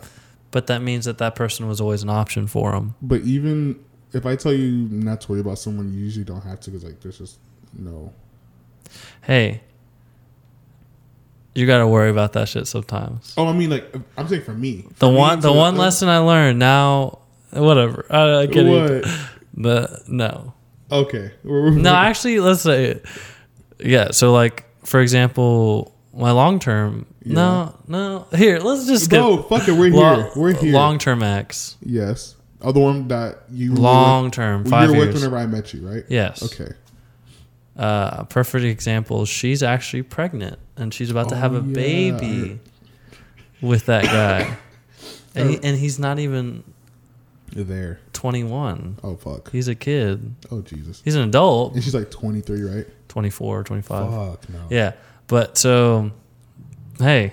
Speaker 3: but that means that that person was always an option for them.
Speaker 4: But even if I tell you not to worry about someone, you usually don't have to because like there's just no.
Speaker 3: Hey, you got to worry about that shit sometimes.
Speaker 4: Oh, I mean, like I'm saying for me,
Speaker 3: The
Speaker 4: For me
Speaker 3: one the
Speaker 4: to-
Speaker 3: one
Speaker 4: uh,
Speaker 3: lesson I learned now whatever. I, I get it. [LAUGHS]
Speaker 4: What?
Speaker 3: The no.
Speaker 4: Okay. We're- we're-
Speaker 3: No, actually, let's say, yeah. So, like for example, my long term. No, no. Here, let's just get
Speaker 4: no, fuck it. We're here. We're here.
Speaker 3: Long term ex.
Speaker 4: yes. Oh, the one that you were
Speaker 3: Long
Speaker 4: with-
Speaker 3: term.
Speaker 4: you
Speaker 3: Five
Speaker 4: were
Speaker 3: years.
Speaker 4: with whenever I met you, right?
Speaker 3: Yes.
Speaker 4: Okay.
Speaker 3: Uh, a perfect example. She's actually pregnant, and she's about to have a
Speaker 4: Oh, yeah, I
Speaker 3: baby
Speaker 4: heard.
Speaker 3: with that
Speaker 4: [LAUGHS]
Speaker 3: guy, and, he, and he's not even
Speaker 4: You're there.
Speaker 3: twenty one.
Speaker 4: Oh fuck.
Speaker 3: He's a kid.
Speaker 4: Oh Jesus.
Speaker 3: He's an adult.
Speaker 4: And she's like 23, right?
Speaker 3: 24, 25.
Speaker 4: Fuck no.
Speaker 3: Yeah, but so, hey,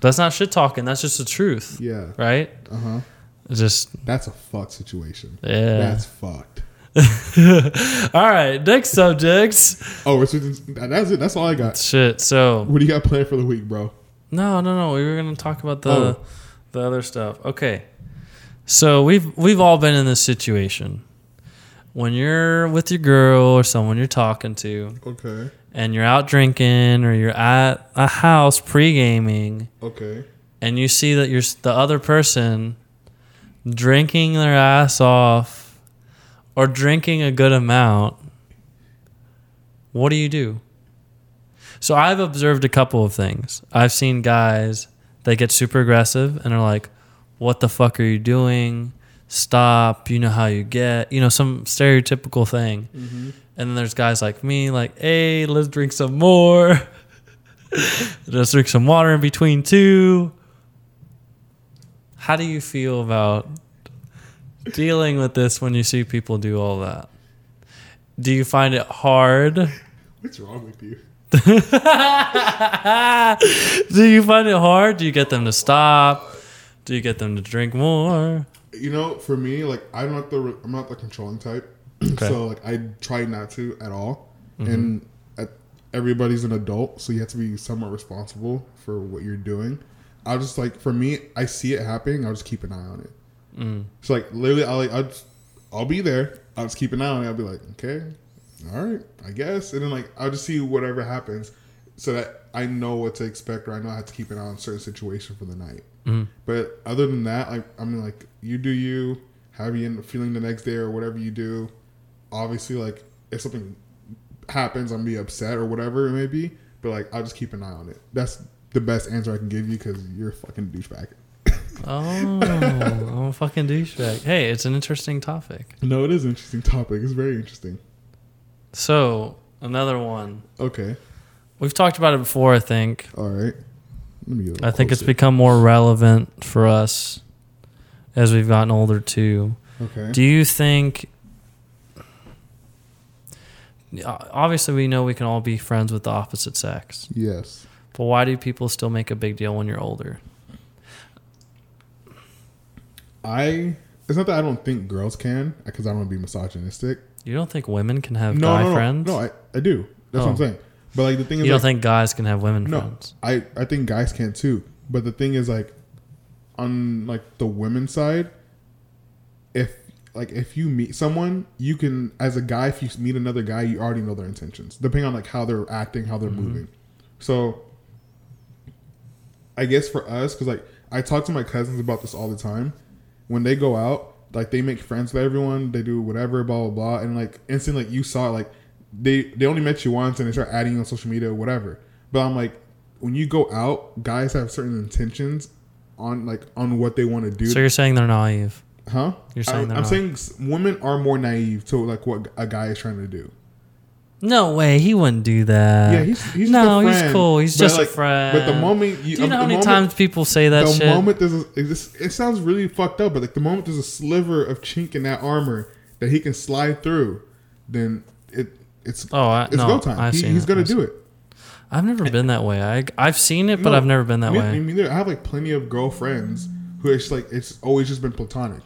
Speaker 3: that's not shit talking. That's just the truth.
Speaker 4: Yeah.
Speaker 3: right?
Speaker 4: Uh huh.
Speaker 3: Just
Speaker 4: That's a fuck situation.
Speaker 3: Yeah.
Speaker 4: That's fucked.
Speaker 3: [LAUGHS] all right. Next subjects.
Speaker 4: Oh, we're switching. That's it. That's all I got.
Speaker 3: Shit. So
Speaker 4: What do you got planned for the week, bro?
Speaker 3: no, no, no. We were gonna talk about the
Speaker 4: Oh.
Speaker 3: the other stuff. Okay. So we've we've all been in this situation when you're with your girl or someone you're talking to,
Speaker 4: Okay.
Speaker 3: and you're out drinking or you're at a house pre gaming,
Speaker 4: Okay.
Speaker 3: and you see that you're the other person drinking their ass off or drinking a good amount, what do you do? So I've observed a couple of things. I've seen guys that get super aggressive and are like, "What the fuck are you doing? Stop! You know how you get. You know some stereotypical thing." And then there's guys like me, like, "Hey, let's drink some more. [LAUGHS] let's drink some water in between too." How do you feel about dealing with this when you see people do all that? Do you find it hard?
Speaker 4: What's wrong with you?
Speaker 3: [LAUGHS] Do you find it hard? Do you get them to stop? Do you get them to drink more?
Speaker 4: You know, for me, like I'm not the I'm not the controlling type, so like I try not to at all. And at, everybody's an adult, so you have to be somewhat responsible for what you're doing. I will just like for me, I see it happening. I'll just keep an eye on it. So like literally, I'll like I'll, just, I'll be there. I'll just keep an eye on it. I'll be like, okay, all right, I guess. And then like I'll just see whatever happens, so that I know what to expect or I know I have to keep an eye on a certain situation for the night. But other than that, like I'm like you do you, however you end up feeling the next day or whatever you do. Obviously, like if something happens, I'm gonna be upset or whatever it may be. But like I'll just keep an eye on it. That's the best answer I can give you because you're a fucking douchebag.
Speaker 3: Oh, I'm a fucking douchebag. Hey, it's an interesting topic.
Speaker 4: No, it is an interesting topic. It's very interesting.
Speaker 3: So, another one.
Speaker 4: Okay.
Speaker 3: We've talked about it before, I think.
Speaker 4: All right. Let me get a little
Speaker 3: I think it's
Speaker 4: closer.
Speaker 3: become more relevant for us as we've gotten older, too.
Speaker 4: okay.
Speaker 3: Do you think? Yeah, uh, Obviously, we know we can all be friends with the opposite sex,
Speaker 4: yes.
Speaker 3: but why do people still make a big deal when you're older?
Speaker 4: I. It's not that I don't think girls can because I don't want to be misogynistic.
Speaker 3: You don't think women can have
Speaker 4: No,
Speaker 3: guy
Speaker 4: no, no,
Speaker 3: friends?
Speaker 4: no. I, I do. That's what
Speaker 3: Oh.
Speaker 4: I'm saying. But like the thing is,
Speaker 3: you don't
Speaker 4: like,
Speaker 3: think guys can have women
Speaker 4: no,
Speaker 3: friends?
Speaker 4: I I think guys can too. But the thing is, like, on like the women's side, if like if you meet someone, you can as a guy, if you meet another guy, you already know their intentions, depending on like how they're acting, how they're moving. So, I guess for us, because like I talk to my cousins about this all the time, when they go out, like they make friends with everyone, they do whatever, blah blah blah, and like instantly, like you saw it, like they they only met you once and they start adding you on social media or whatever. But I'm like, when you go out, guys have certain intentions on like on what they want to do.
Speaker 3: So you're saying they're naive?
Speaker 4: Huh?
Speaker 3: You're saying
Speaker 4: I,
Speaker 3: they're
Speaker 4: I'm
Speaker 3: not.
Speaker 4: saying s- women are more naive to like what a guy is trying to do.
Speaker 3: No way, he wouldn't do that.
Speaker 4: Yeah, he's, he's
Speaker 3: Uh, no,
Speaker 4: just a
Speaker 3: he's
Speaker 4: friend.
Speaker 3: cool. He's
Speaker 4: But,
Speaker 3: just
Speaker 4: like,
Speaker 3: a friend.
Speaker 4: But the moment you, um,
Speaker 3: do you know
Speaker 4: the
Speaker 3: how many
Speaker 4: moment-
Speaker 3: times people say that
Speaker 4: the
Speaker 3: shit?
Speaker 4: moment there's a, it, just, it sounds really fucked up, but like the moment there's a sliver of chink in that armor that he can slide through, then it it's
Speaker 3: Oh, I-
Speaker 4: it's
Speaker 3: no,
Speaker 4: go time.
Speaker 3: I've
Speaker 4: he,
Speaker 3: seen
Speaker 4: he's
Speaker 3: it.
Speaker 4: gonna
Speaker 3: I've
Speaker 4: do it.
Speaker 3: I've never been that way. I I've seen it, but
Speaker 4: No,
Speaker 3: I've never been that
Speaker 4: me,
Speaker 3: way.
Speaker 4: I mean, there- I have like plenty of girlfriends who it's like it's always just been platonic.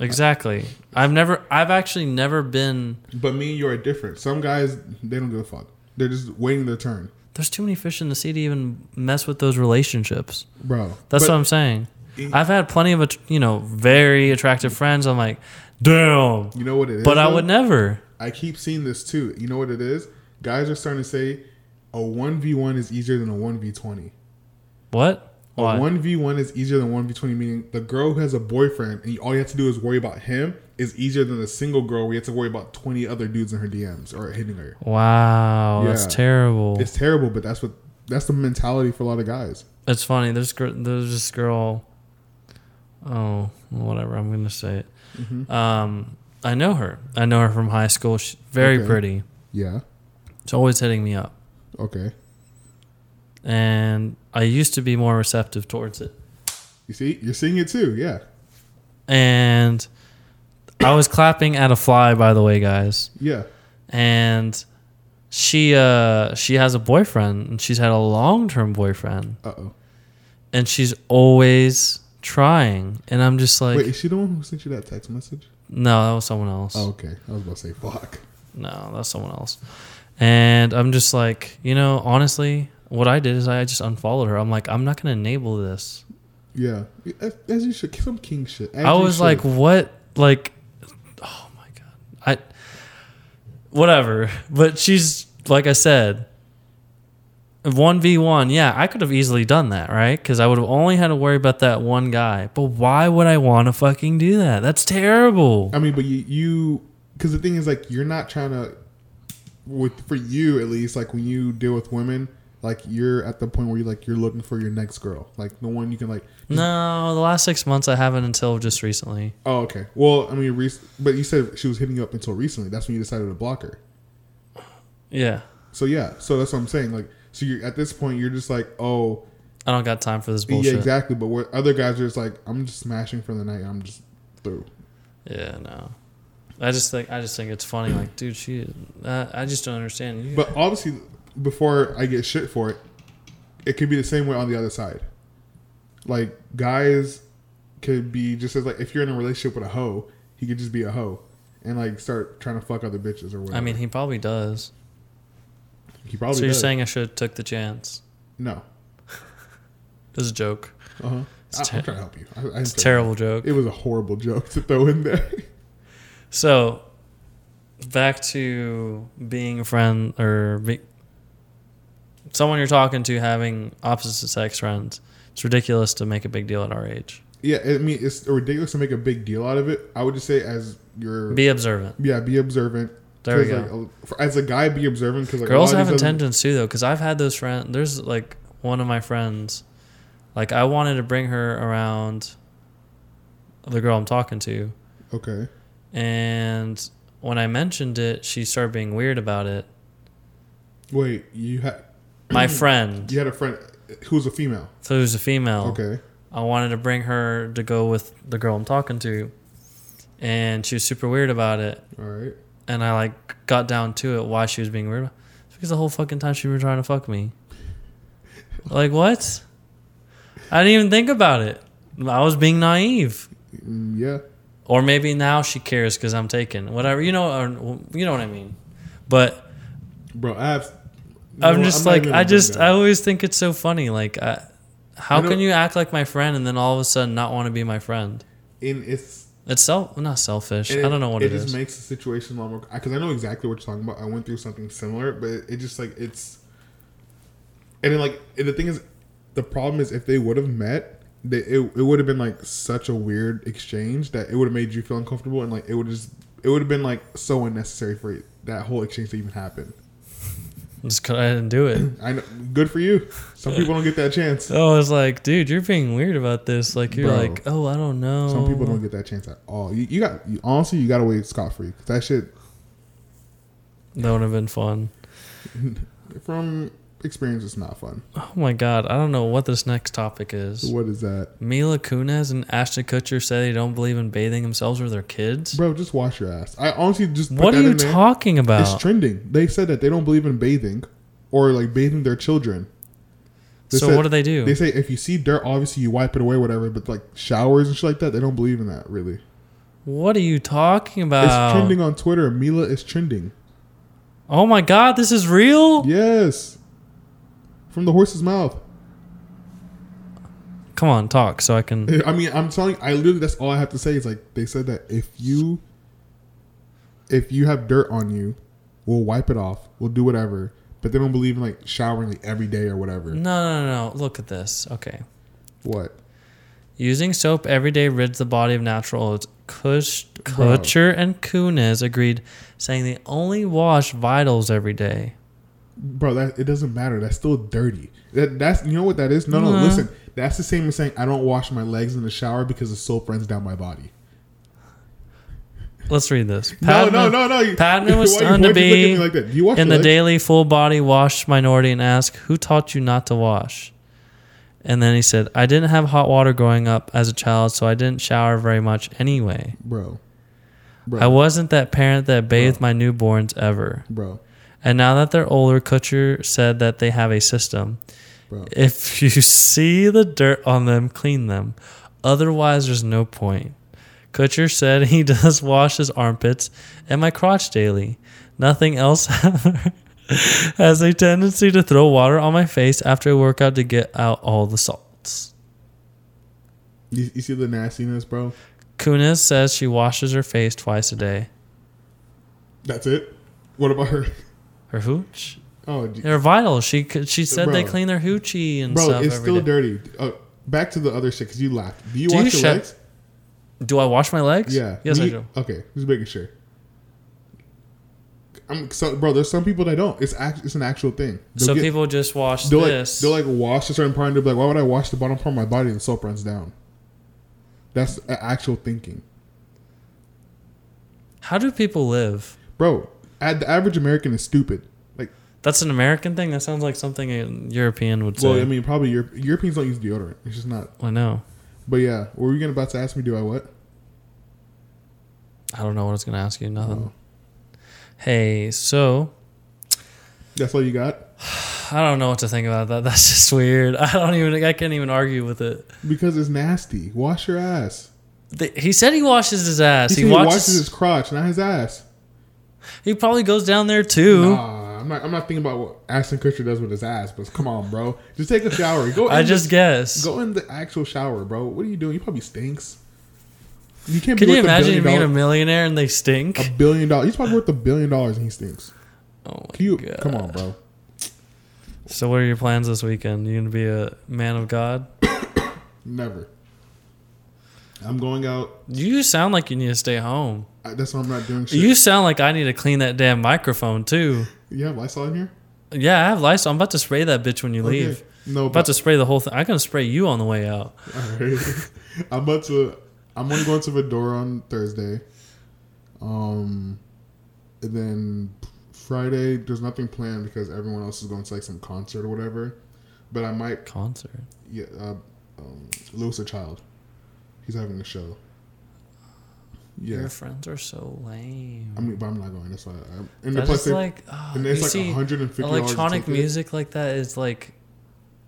Speaker 3: Exactly. I've never. I've actually never been.
Speaker 4: But me and you are different. Some guys they don't give a fuck. They're just waiting their turn,
Speaker 3: There's too many fish in the sea to even mess with those relationships.
Speaker 4: bro.
Speaker 3: That's
Speaker 4: But-
Speaker 3: what I'm saying.
Speaker 4: It-
Speaker 3: I've had plenty of att- you know very attractive friends. I'm like, damn.
Speaker 4: You know what it is?
Speaker 3: But I
Speaker 4: though?
Speaker 3: would never.
Speaker 4: I keep seeing this too. You know what it is? Guys are starting to say a one v one is easier than a one v twenty.
Speaker 3: What?
Speaker 4: A
Speaker 3: Why?
Speaker 4: one v one is easier than one v twenty. Meaning the girl who has a boyfriend and you- all you have to do is worry about him is easier than a single girl where you have to worry about twenty other dudes in her DMs or hitting her.
Speaker 3: wow,
Speaker 4: Yeah.
Speaker 3: that's terrible.
Speaker 4: It's terrible, but that's what that's the mentality for a lot of guys.
Speaker 3: It's funny. There's gr- there's this girl. Oh, whatever. I'm gonna say it.
Speaker 4: Mm-hmm.
Speaker 3: Um, I know her. I know her from high school. She's very
Speaker 4: Okay.
Speaker 3: pretty.
Speaker 4: Yeah.
Speaker 3: She's always hitting me up,
Speaker 4: Okay.
Speaker 3: and I used to be more receptive towards it.
Speaker 4: You see, you're seeing it too. Yeah.
Speaker 3: And I was clapping at a fly, by the way, guys.
Speaker 4: Yeah.
Speaker 3: And she uh she has a boyfriend, and she's had a long term boyfriend,
Speaker 4: Uh oh.
Speaker 3: and she's always trying. And I'm just like,
Speaker 4: Wait, is she the one who sent you that text message?
Speaker 3: no, that was someone else.
Speaker 4: Oh, okay. I was about to say fuck.
Speaker 3: no, that's someone else. And I'm just like, you know, honestly, what I did is I just unfollowed her. I'm like, I'm not going to enable this.
Speaker 4: Yeah. As, as you should. Some king shit. As
Speaker 3: I
Speaker 4: you
Speaker 3: was
Speaker 4: should.
Speaker 3: like, what? Like, oh my God. I, whatever. But she's, like I said, 1v1. Yeah, I could have easily done that, right? Because I would have only had to worry about that one guy. But why would I want to fucking do that? That's terrible.
Speaker 4: I mean, but you, you because the thing is like you're not trying to with for you at least like when you deal with women like you're at the point where you like you're looking for your next girl like the one you can like
Speaker 3: No, the last six months I haven't until just recently.
Speaker 4: oh okay well i mean rec- but you said she was hitting you up until recently that's when you decided to block her
Speaker 3: Yeah.
Speaker 4: so yeah so that's what i'm saying like so you're at this point you're just like oh
Speaker 3: I don't got time for this bullshit.
Speaker 4: yeah exactly but where other guys are just like i'm just smashing for the night i'm just through
Speaker 3: Yeah, no. I just think I just think it's funny. Like, dude, she. I, I just don't understand. You,
Speaker 4: But obviously, before I get shit for it, it could be the same way on the other side. Like guys could be just as like if you're in a relationship with a hoe, he could just be a hoe and like start trying to fuck other bitches or whatever.
Speaker 3: I mean, he probably does.
Speaker 4: he probably.
Speaker 3: so you're
Speaker 4: does.
Speaker 3: saying I should have took the chance?
Speaker 4: no?
Speaker 3: It was a joke.
Speaker 4: Uh huh. I'm
Speaker 3: ter-
Speaker 4: trying to help you. I, I
Speaker 3: It's a
Speaker 4: didn't say-
Speaker 3: terrible joke.
Speaker 4: It was a horrible joke to throw in there. [LAUGHS]
Speaker 3: So, back to being a friend or be, someone you're talking to having opposite sex friends. It's ridiculous to make a big deal at our age.
Speaker 4: yeah, I mean it's ridiculous to make a big deal out of it. I would just say as your
Speaker 3: Be observant.
Speaker 4: yeah be observant.
Speaker 3: There we
Speaker 4: 'Cause,
Speaker 3: go.
Speaker 4: Like, a- for- as a guy, be observant because like a
Speaker 3: Girls
Speaker 4: lot of
Speaker 3: have
Speaker 4: these other-
Speaker 3: intentions too, though, because I've had those friends. There's like one of my friends, like I wanted to bring her around the girl I'm talking to,
Speaker 4: Okay.
Speaker 3: and when I mentioned it, she started being weird about it.
Speaker 4: Wait, you had
Speaker 3: My friend,
Speaker 4: You had a friend who was a female.
Speaker 3: so who's a female,
Speaker 4: Okay.
Speaker 3: I wanted to bring her to go with the girl I'm talking to, and she was super weird about it.
Speaker 4: All right.
Speaker 3: And I like got down to it why she was being weird. about- It's because the whole fucking time she was trying to fuck me. Like what? I didn't even think about it. I was being naive,
Speaker 4: Mm, Yeah.
Speaker 3: or maybe now she cares because I'm taken. Whatever you know, or, you know what I mean. But
Speaker 4: Bro, I have.
Speaker 3: I'm
Speaker 4: No,
Speaker 3: just
Speaker 4: not
Speaker 3: like
Speaker 4: even
Speaker 3: I
Speaker 4: gonna
Speaker 3: just
Speaker 4: bring
Speaker 3: I
Speaker 4: that up.
Speaker 3: always think it's so funny. Like, I, how
Speaker 4: I don't-
Speaker 3: can you act like my friend and then all of a sudden not want to be my friend?
Speaker 4: And it's.
Speaker 3: It's self not selfish.
Speaker 4: and
Speaker 3: I don't know what
Speaker 4: it
Speaker 3: it
Speaker 4: just
Speaker 3: is.
Speaker 4: makes the situation a lot more. Because I know exactly what you're talking about. I went through something similar, but it, it just like it's. And then like and the thing is, the problem is if they would have met, they, it it would have been like such a weird exchange that it would have made you feel uncomfortable and like it would just it would have been like so unnecessary for it, that whole exchange to even happen.
Speaker 3: Just 'cause I didn't do
Speaker 4: [CLEARS THROAT]
Speaker 3: it.
Speaker 4: I know, good for you.
Speaker 3: [LAUGHS]
Speaker 4: Some people don't get that chance.
Speaker 3: So I was like, dude, you're being weird about this. Like, you're
Speaker 4: Bro.
Speaker 3: like, oh, I don't know.
Speaker 4: Some people don't get that chance at all. You, you got you, honestly, you got away scot free. That shit
Speaker 3: That would have been fun.
Speaker 4: from experience is not fun.
Speaker 3: Oh my god, I don't know what this next topic is.
Speaker 4: What is that,
Speaker 3: Mila Kunis and Ashton Kutcher say they don't believe in bathing themselves or their kids.
Speaker 4: bro? Just wash your ass. I honestly just put
Speaker 3: what
Speaker 4: that
Speaker 3: are you
Speaker 4: in there.
Speaker 3: talking
Speaker 4: It's
Speaker 3: about?
Speaker 4: trending. They said that they don't believe in bathing or like bathing their children.
Speaker 3: So
Speaker 4: said-
Speaker 3: what do they do?
Speaker 4: They say if you see dirt, obviously you wipe it away, whatever. But like showers and shit like that, they don't believe in that really.
Speaker 3: what are you talking
Speaker 4: It's
Speaker 3: about?
Speaker 4: trending on Twitter. Mila is trending.
Speaker 3: oh my god, this is real?
Speaker 4: Yes, from the horse's mouth.
Speaker 3: Come on, talk so I can.
Speaker 4: I mean, I'm telling. I literally. That's all I have to say. Is like they said that if you, if you have dirt on you, we'll wipe it off. We'll do whatever. But they don't believe in like showering like every day or whatever.
Speaker 3: No, no, no, no. Look at this. Okay.
Speaker 4: What?
Speaker 3: Using soap every day rids the body of natural oils. Kush, Kutcher and Kunis agreed, saying they only wash vitals every day.
Speaker 4: bro that it doesn't matter that's still dirty that, that's you know what that is no no
Speaker 3: Nah.
Speaker 4: listen that's the same as saying i don't wash my legs in the shower because the soap runs down my body
Speaker 3: Let's read this.
Speaker 4: no no no no you-
Speaker 3: Patna
Speaker 4: [LAUGHS] why
Speaker 3: was
Speaker 4: you- why
Speaker 3: stunned to
Speaker 4: you look at me
Speaker 3: be
Speaker 4: like that? Do you wash
Speaker 3: in
Speaker 4: your
Speaker 3: the
Speaker 4: legs?
Speaker 3: daily full body wash minority and asked, Who taught you not to wash? And then he said, I didn't have hot water growing up as a child, so I didn't shower very much anyway.
Speaker 4: bro bro
Speaker 3: I wasn't that parent that bathed my newborns ever.
Speaker 4: bro
Speaker 3: And now that they're older, Kutcher said that they have a system.
Speaker 4: Bro.
Speaker 3: If [LAUGHS] you see the dirt on them, clean them. Otherwise, there's no point. Kutcher said he [LAUGHS] does wash his armpits and my crotch daily. Nothing else [LAUGHS] has a tendency to throw water on my face after a workout to get out all the salts.
Speaker 4: you, you see the nastiness bro
Speaker 3: Kunis says she washes her face twice a day.
Speaker 4: that's it what about her [LAUGHS]
Speaker 3: Her hooch?
Speaker 4: oh gee.
Speaker 3: They're vital. She c- she said they
Speaker 4: Bro.
Speaker 3: clean their hoochie and
Speaker 4: bro
Speaker 3: stuff.
Speaker 4: it's
Speaker 3: every
Speaker 4: still
Speaker 3: day.
Speaker 4: dirty uh, back to the other shit because you laughed do you
Speaker 3: Do you
Speaker 4: wash your
Speaker 3: shut-
Speaker 4: legs
Speaker 3: Do I wash my legs?
Speaker 4: yeah
Speaker 3: Yes,
Speaker 4: Me-
Speaker 3: I do.
Speaker 4: okay just making sure I'm so, bro. There's some people that don't. It's act, it's an actual thing. They'll
Speaker 3: so
Speaker 4: get-
Speaker 3: people just wash
Speaker 4: they'll
Speaker 3: this.
Speaker 4: like they'll like wash a certain part and they'll be like, why would I wash the bottom part of my body and the soap runs down? That's a- actual thinking,
Speaker 3: How do people live?
Speaker 4: bro. Ad, the average American is stupid. Like,
Speaker 3: That's an American thing. That sounds like something a European would say.
Speaker 4: well, I mean, probably Europe, Europeans don't use deodorant. It's just not.
Speaker 3: I know.
Speaker 4: But yeah, were you gonna about to ask me? Do I what?
Speaker 3: I don't know what I was gonna ask you. Nothing. Hey, so
Speaker 4: That's all you got?
Speaker 3: I don't know what to think about that. [LAUGHS] That's just weird. I don't even. I can't even argue with it.
Speaker 4: Because it's nasty. Wash your ass.
Speaker 3: The- he said he washes his ass.
Speaker 4: He,
Speaker 3: He,
Speaker 4: said he
Speaker 3: watches.
Speaker 4: washes his crotch, not his ass.
Speaker 3: he probably goes down there too.
Speaker 4: Nah, I'm not. I'm not thinking about what Ashton Kutcher does with his ass. But come on, bro, just take a shower.
Speaker 3: [LAUGHS]
Speaker 4: Go.
Speaker 3: I
Speaker 4: in
Speaker 3: just
Speaker 4: the,
Speaker 3: guess.
Speaker 4: go in the actual shower, bro. What are you doing? You probably stinks. You can't.
Speaker 3: Can
Speaker 4: be
Speaker 3: you
Speaker 4: worth
Speaker 3: imagine
Speaker 4: a
Speaker 3: being
Speaker 4: billion,
Speaker 3: a
Speaker 4: dollar,
Speaker 3: millionaire and they stink?
Speaker 4: a billion dollars? He's probably worth a billion dollars, and he stinks.
Speaker 3: Oh my
Speaker 4: Can you,
Speaker 3: god!
Speaker 4: come on, bro.
Speaker 3: So, what are your plans this weekend? You gonna be a man of God?
Speaker 4: Never. I'm going out.
Speaker 3: You sound like you need to stay home.
Speaker 4: I- That's why I'm not doing shit.
Speaker 3: You sound like I need to clean that damn microphone too.
Speaker 4: you have Lysol in here?
Speaker 3: Yeah, I have Lysol. I'm about to spray that bitch when you
Speaker 4: Okay.
Speaker 3: leave.
Speaker 4: No,
Speaker 3: I'm about to spray the whole thing. I'm gonna spray you on the way out.
Speaker 4: Alright. [LAUGHS] I'm about to. I'm only going to Fedora on Thursday. Um, and then Friday, there's nothing planned because everyone else is going to like some concert or whatever. But I might.
Speaker 3: Concert.
Speaker 4: Yeah, uh, um, Lewis a child. He's having a show.
Speaker 3: Your
Speaker 4: Yeah,
Speaker 3: friends are so lame.
Speaker 4: I mean, but I'm not going. That's why. I'm, and the
Speaker 3: That's
Speaker 4: plus, they-
Speaker 3: like oh,
Speaker 4: and
Speaker 3: you
Speaker 4: it's like
Speaker 3: see,
Speaker 4: 150
Speaker 3: electronic music like that is like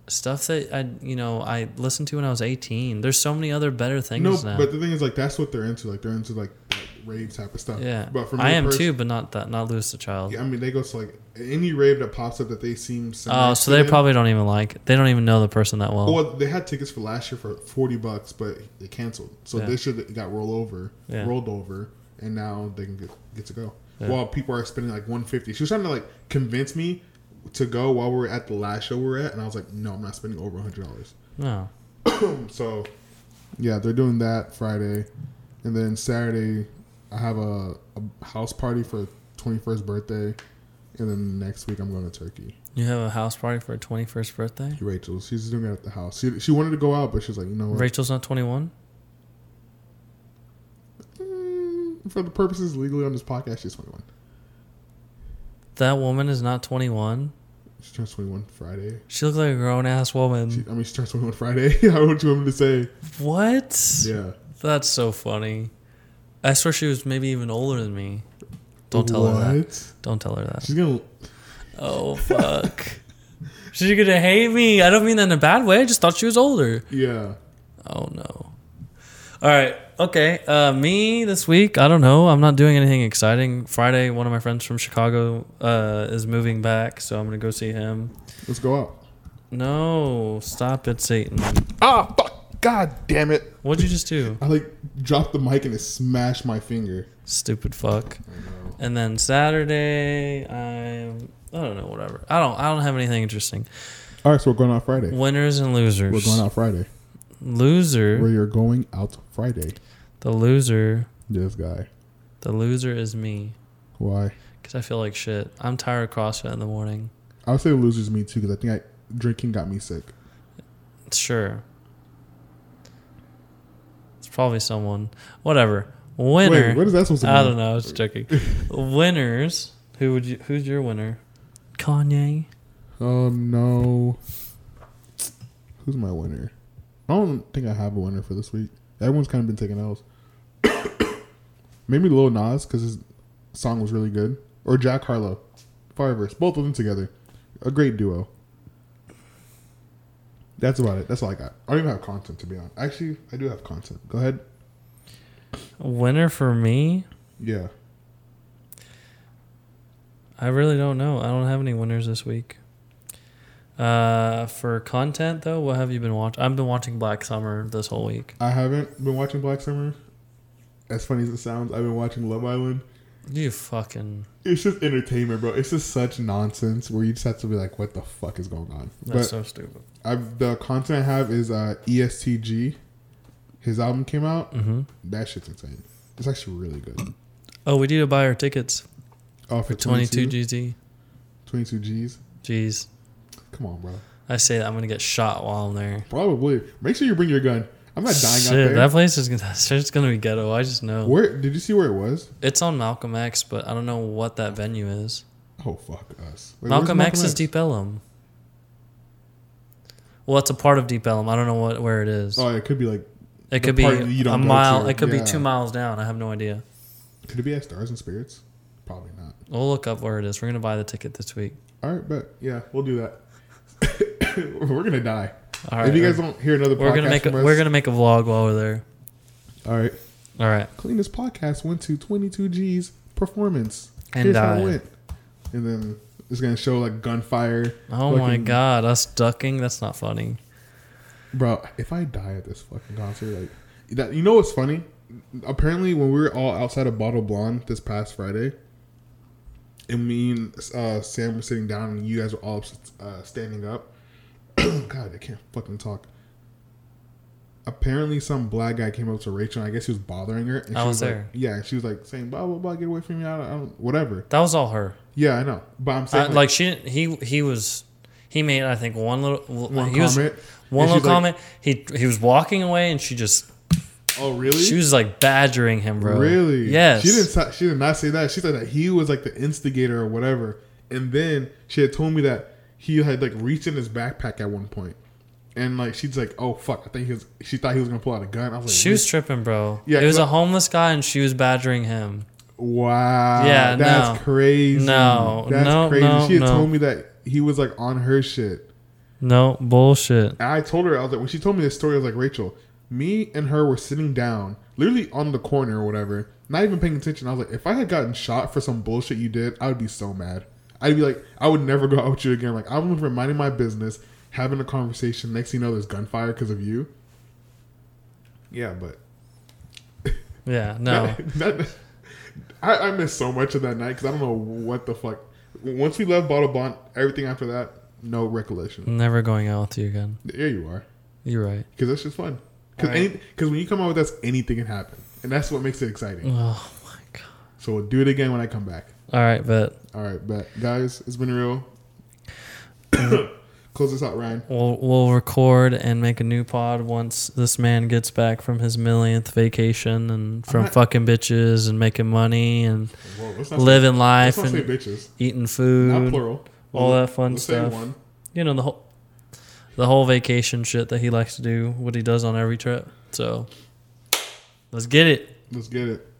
Speaker 3: stuff that I you know I listened to when I was 18. There's so many other better things
Speaker 4: No,
Speaker 3: now.
Speaker 4: but the thing is, like, that's what they're into. Like, they're into like that rave type of stuff.
Speaker 3: yeah,
Speaker 4: but for me,
Speaker 3: I am
Speaker 4: pers-
Speaker 3: too, but not that not Lewis the Child.
Speaker 4: Yeah, I mean, they go to like any rave that pops up that they seem.
Speaker 3: oh,
Speaker 4: similar
Speaker 3: so
Speaker 4: to
Speaker 3: they
Speaker 4: them.
Speaker 3: probably don't even like. They don't even know the person that well.
Speaker 4: Well, they had tickets for last year for forty bucks, but they canceled. So
Speaker 3: Yeah.
Speaker 4: this year they got rolled over,
Speaker 3: Yeah.
Speaker 4: rolled over, and now they can get get to go.
Speaker 3: Yeah.
Speaker 4: While people are spending like one fifty, she was trying to like convince me to go while we were at the last show we were at, and I was like, no, I'm not spending over hundred dollars.
Speaker 3: no,
Speaker 4: So, yeah, they're doing that Friday, and then Saturday, I have a, a house party for twenty first birthday, and then next week I'm going to Turkey.
Speaker 3: you have a house party for a 21st birthday.
Speaker 4: Rachel. She's doing it at the house. She, she wanted to go out, but she's like, you know what?
Speaker 3: Rachel's not 21.
Speaker 4: Mm, For the purposes legally on this podcast, she's 21.
Speaker 3: That woman is not 21.
Speaker 4: She turns 21 Friday.
Speaker 3: She looks like a grown ass woman.
Speaker 4: She, I mean, she turns 21 Friday. [LAUGHS] How would you want me to say?
Speaker 3: what?
Speaker 4: Yeah.
Speaker 3: That's so funny. I swear she was maybe even older than me. Don't tell her that.
Speaker 4: What?
Speaker 3: Don't tell her that.
Speaker 4: She's gonna.
Speaker 3: Oh fuck. [LAUGHS] She's gonna hate me. I don't mean that in a bad way. I just thought she was older.
Speaker 4: Yeah.
Speaker 3: Oh no. All right. Okay. Uh, me this week. I don't know. I'm not doing anything exciting. Friday, one of my friends from Chicago uh, is moving back, so I'm gonna go see him.
Speaker 4: Let's go out.
Speaker 3: No, stop it, Satan.
Speaker 4: Ah, fuck. God damn it.
Speaker 3: What'd you just do?
Speaker 4: I like dropped the mic and it smashed my finger.
Speaker 3: Stupid fuck. And then Saturday, I'm. I don't know. Whatever. I don't. I don't have anything interesting.
Speaker 4: All right, so we're going out Friday.
Speaker 3: Winners and losers.
Speaker 4: We're going out Friday.
Speaker 3: Loser.
Speaker 4: Where you're going out Friday.
Speaker 3: The loser.
Speaker 4: This guy.
Speaker 3: The loser is me.
Speaker 4: Why?
Speaker 3: Because I feel like shit. I'm tired of CrossFit in the morning.
Speaker 4: I would say losers me too because I think I drinking got me sick.
Speaker 3: Sure. It's probably someone. Whatever. Winner.
Speaker 4: Wait, what is that supposed to mean?
Speaker 3: I don't know. I was joking. Winners. Who would you? Who's your winner? Kanye.
Speaker 4: Um, no. Who's my winner? I don't think I have a winner for this week. Everyone's kind of been taking L's. [COUGHS] Maybe Lil Nas because his song was really good, or Jack Harlow, Fireverse. Both of them together, a great duo. That's about it. That's all I got. I don't even have content to be honest. Actually, I do have content. Go ahead.
Speaker 3: Winner for me.
Speaker 4: Yeah.
Speaker 3: I really don't know. I don't have any winners this week. Uh, for content though, what have you been watching? I've been watching Black Summer this whole week.
Speaker 4: I haven't been watching Black Summer. As funny as it sounds, I've been watching Love Island.
Speaker 3: You fucking.
Speaker 4: It's just entertainment, bro. It's just such nonsense where you just have to be like, what the fuck is going on?
Speaker 3: That's
Speaker 4: but
Speaker 3: so stupid.
Speaker 4: I've, the content I have is uh, ESTG. His album came out.
Speaker 3: hmm
Speaker 4: That shit's insane. It's actually really good.
Speaker 3: Oh, we need to buy our tickets.
Speaker 4: Oh, for
Speaker 3: 22
Speaker 4: G's.
Speaker 3: GT.
Speaker 4: 22 G's.
Speaker 3: Jeez.
Speaker 4: Come on, bro.
Speaker 3: I say that I'm going to get shot while I'm there.
Speaker 4: Probably. Make sure you bring your gun. I'm not dying out
Speaker 3: Shit,
Speaker 4: there.
Speaker 3: that place is gonna, [LAUGHS] it's just gonna be ghetto. I just know
Speaker 4: where did you see where it was?
Speaker 3: it's on Malcolm X, but I don't know what that venue is.
Speaker 4: Oh fuck us. Wait, where's
Speaker 3: Malcolm, X is Deep Ellum. Well, it's a part of Deep Ellum. I don't know what where it is.
Speaker 4: Oh, it could be like
Speaker 3: it could be
Speaker 4: the part that you
Speaker 3: a
Speaker 4: don't go
Speaker 3: mile.
Speaker 4: to,
Speaker 3: It could
Speaker 4: yeah.
Speaker 3: be two miles down. I have no idea.
Speaker 4: could it be at Stars and Spirits? Probably not.
Speaker 3: We'll look up where it is. We're gonna buy the ticket this week.
Speaker 4: All right, but yeah, we'll do that. [LAUGHS] we're gonna die.
Speaker 3: All
Speaker 4: if
Speaker 3: right,
Speaker 4: you guys
Speaker 3: we're-
Speaker 4: don't hear another
Speaker 3: we're
Speaker 4: podcast
Speaker 3: gonna make a,
Speaker 4: from us,
Speaker 3: we're gonna make a vlog while we're there.
Speaker 4: all right.
Speaker 3: All right.
Speaker 4: Clean this podcast went to 22 G's performance.
Speaker 3: And uh, die.
Speaker 4: And then it's gonna show like gunfire.
Speaker 3: Oh my
Speaker 4: fucking-
Speaker 3: god, us ducking. That's not funny.
Speaker 4: Bro, if I die at this fucking concert, like that, you know what's funny? Apparently, when we were all outside of Bottle Blonde this past Friday, and me and uh, Sam were sitting down, and you guys were all uh, standing up. [CLEARS THROAT] God, I can't fucking talk. Apparently, some black guy came up to Rachel. And I guess he was bothering her. And
Speaker 3: I
Speaker 4: she
Speaker 3: was
Speaker 4: like-
Speaker 3: there.
Speaker 4: yeah, and she was like saying, "Blah blah blah, get away from me." I don't, I don't whatever.
Speaker 3: That was all her.
Speaker 4: Yeah, I know, but I'm saying
Speaker 3: I, like she didn't- he he was he made I think one little
Speaker 4: one
Speaker 3: he was
Speaker 4: comment.
Speaker 3: one little
Speaker 4: and she's like,
Speaker 3: comment. He he was walking away and she just
Speaker 4: Oh, really?
Speaker 3: she was like badgering him, bro.
Speaker 4: Really?
Speaker 3: Yes.
Speaker 4: She didn't. sa- She did not say that. She said that he was like the instigator or whatever. And then she had told me that he had like reached in his backpack at one point, and like she's like, "Oh fuck!" I think he was. She thought he was gonna pull out a gun. I was like,
Speaker 3: She was tripping, bro.
Speaker 4: Yeah,
Speaker 3: Yeah, it was
Speaker 4: 'cause
Speaker 3: a
Speaker 4: I-
Speaker 3: homeless guy and she was badgering him.
Speaker 4: "Wow,
Speaker 3: Yeah,
Speaker 4: that's
Speaker 3: no.
Speaker 4: crazy.
Speaker 3: No,
Speaker 4: that's
Speaker 3: no,
Speaker 4: crazy."
Speaker 3: no,
Speaker 4: she had
Speaker 3: no.
Speaker 4: told me that he was like on her shit.
Speaker 3: No bullshit.
Speaker 4: And I told her, I was like, when she told me this story, I was like, Rachel, me and her were sitting down, literally on the corner or whatever, not even paying attention. I was like, if I had gotten shot for some bullshit you did, I would be so mad. I'd be like, I would never go out with you again. Like, I'm reminding my business, having a conversation. Next thing you know, there's gunfire because of you. Yeah, but
Speaker 3: Yeah, no.
Speaker 4: [LAUGHS] that, I, I missed so much of that night because I don't know what the fuck. Once we left Bottle Bond, everything after that, no recollection.
Speaker 3: Never going out with you again.
Speaker 4: There you are.
Speaker 3: You're right.
Speaker 4: because that's just fun. Because
Speaker 3: Alright.
Speaker 4: when you come out with us, anything can happen, and that's what makes it exciting.
Speaker 3: Oh my god.
Speaker 4: So we'll do it again when I come back.
Speaker 3: All right, but
Speaker 4: All right, but guys, it's been [COUGHS] real. Close this out, Ryan.
Speaker 3: we'll we'll record and make a new pod once this man gets back from his millionth vacation and from
Speaker 4: not-
Speaker 3: fucking bitches and making money and
Speaker 4: Whoa, let's not say,
Speaker 3: living life
Speaker 4: let's not say
Speaker 3: and
Speaker 4: bitches.
Speaker 3: eating
Speaker 4: Not
Speaker 3: food.
Speaker 4: plural.
Speaker 3: all that fun
Speaker 4: Let's
Speaker 3: stuff.
Speaker 4: Say one.
Speaker 3: you know the whole the whole vacation shit that he likes to do, what he does on every trip. So let's get it.
Speaker 4: Let's get it.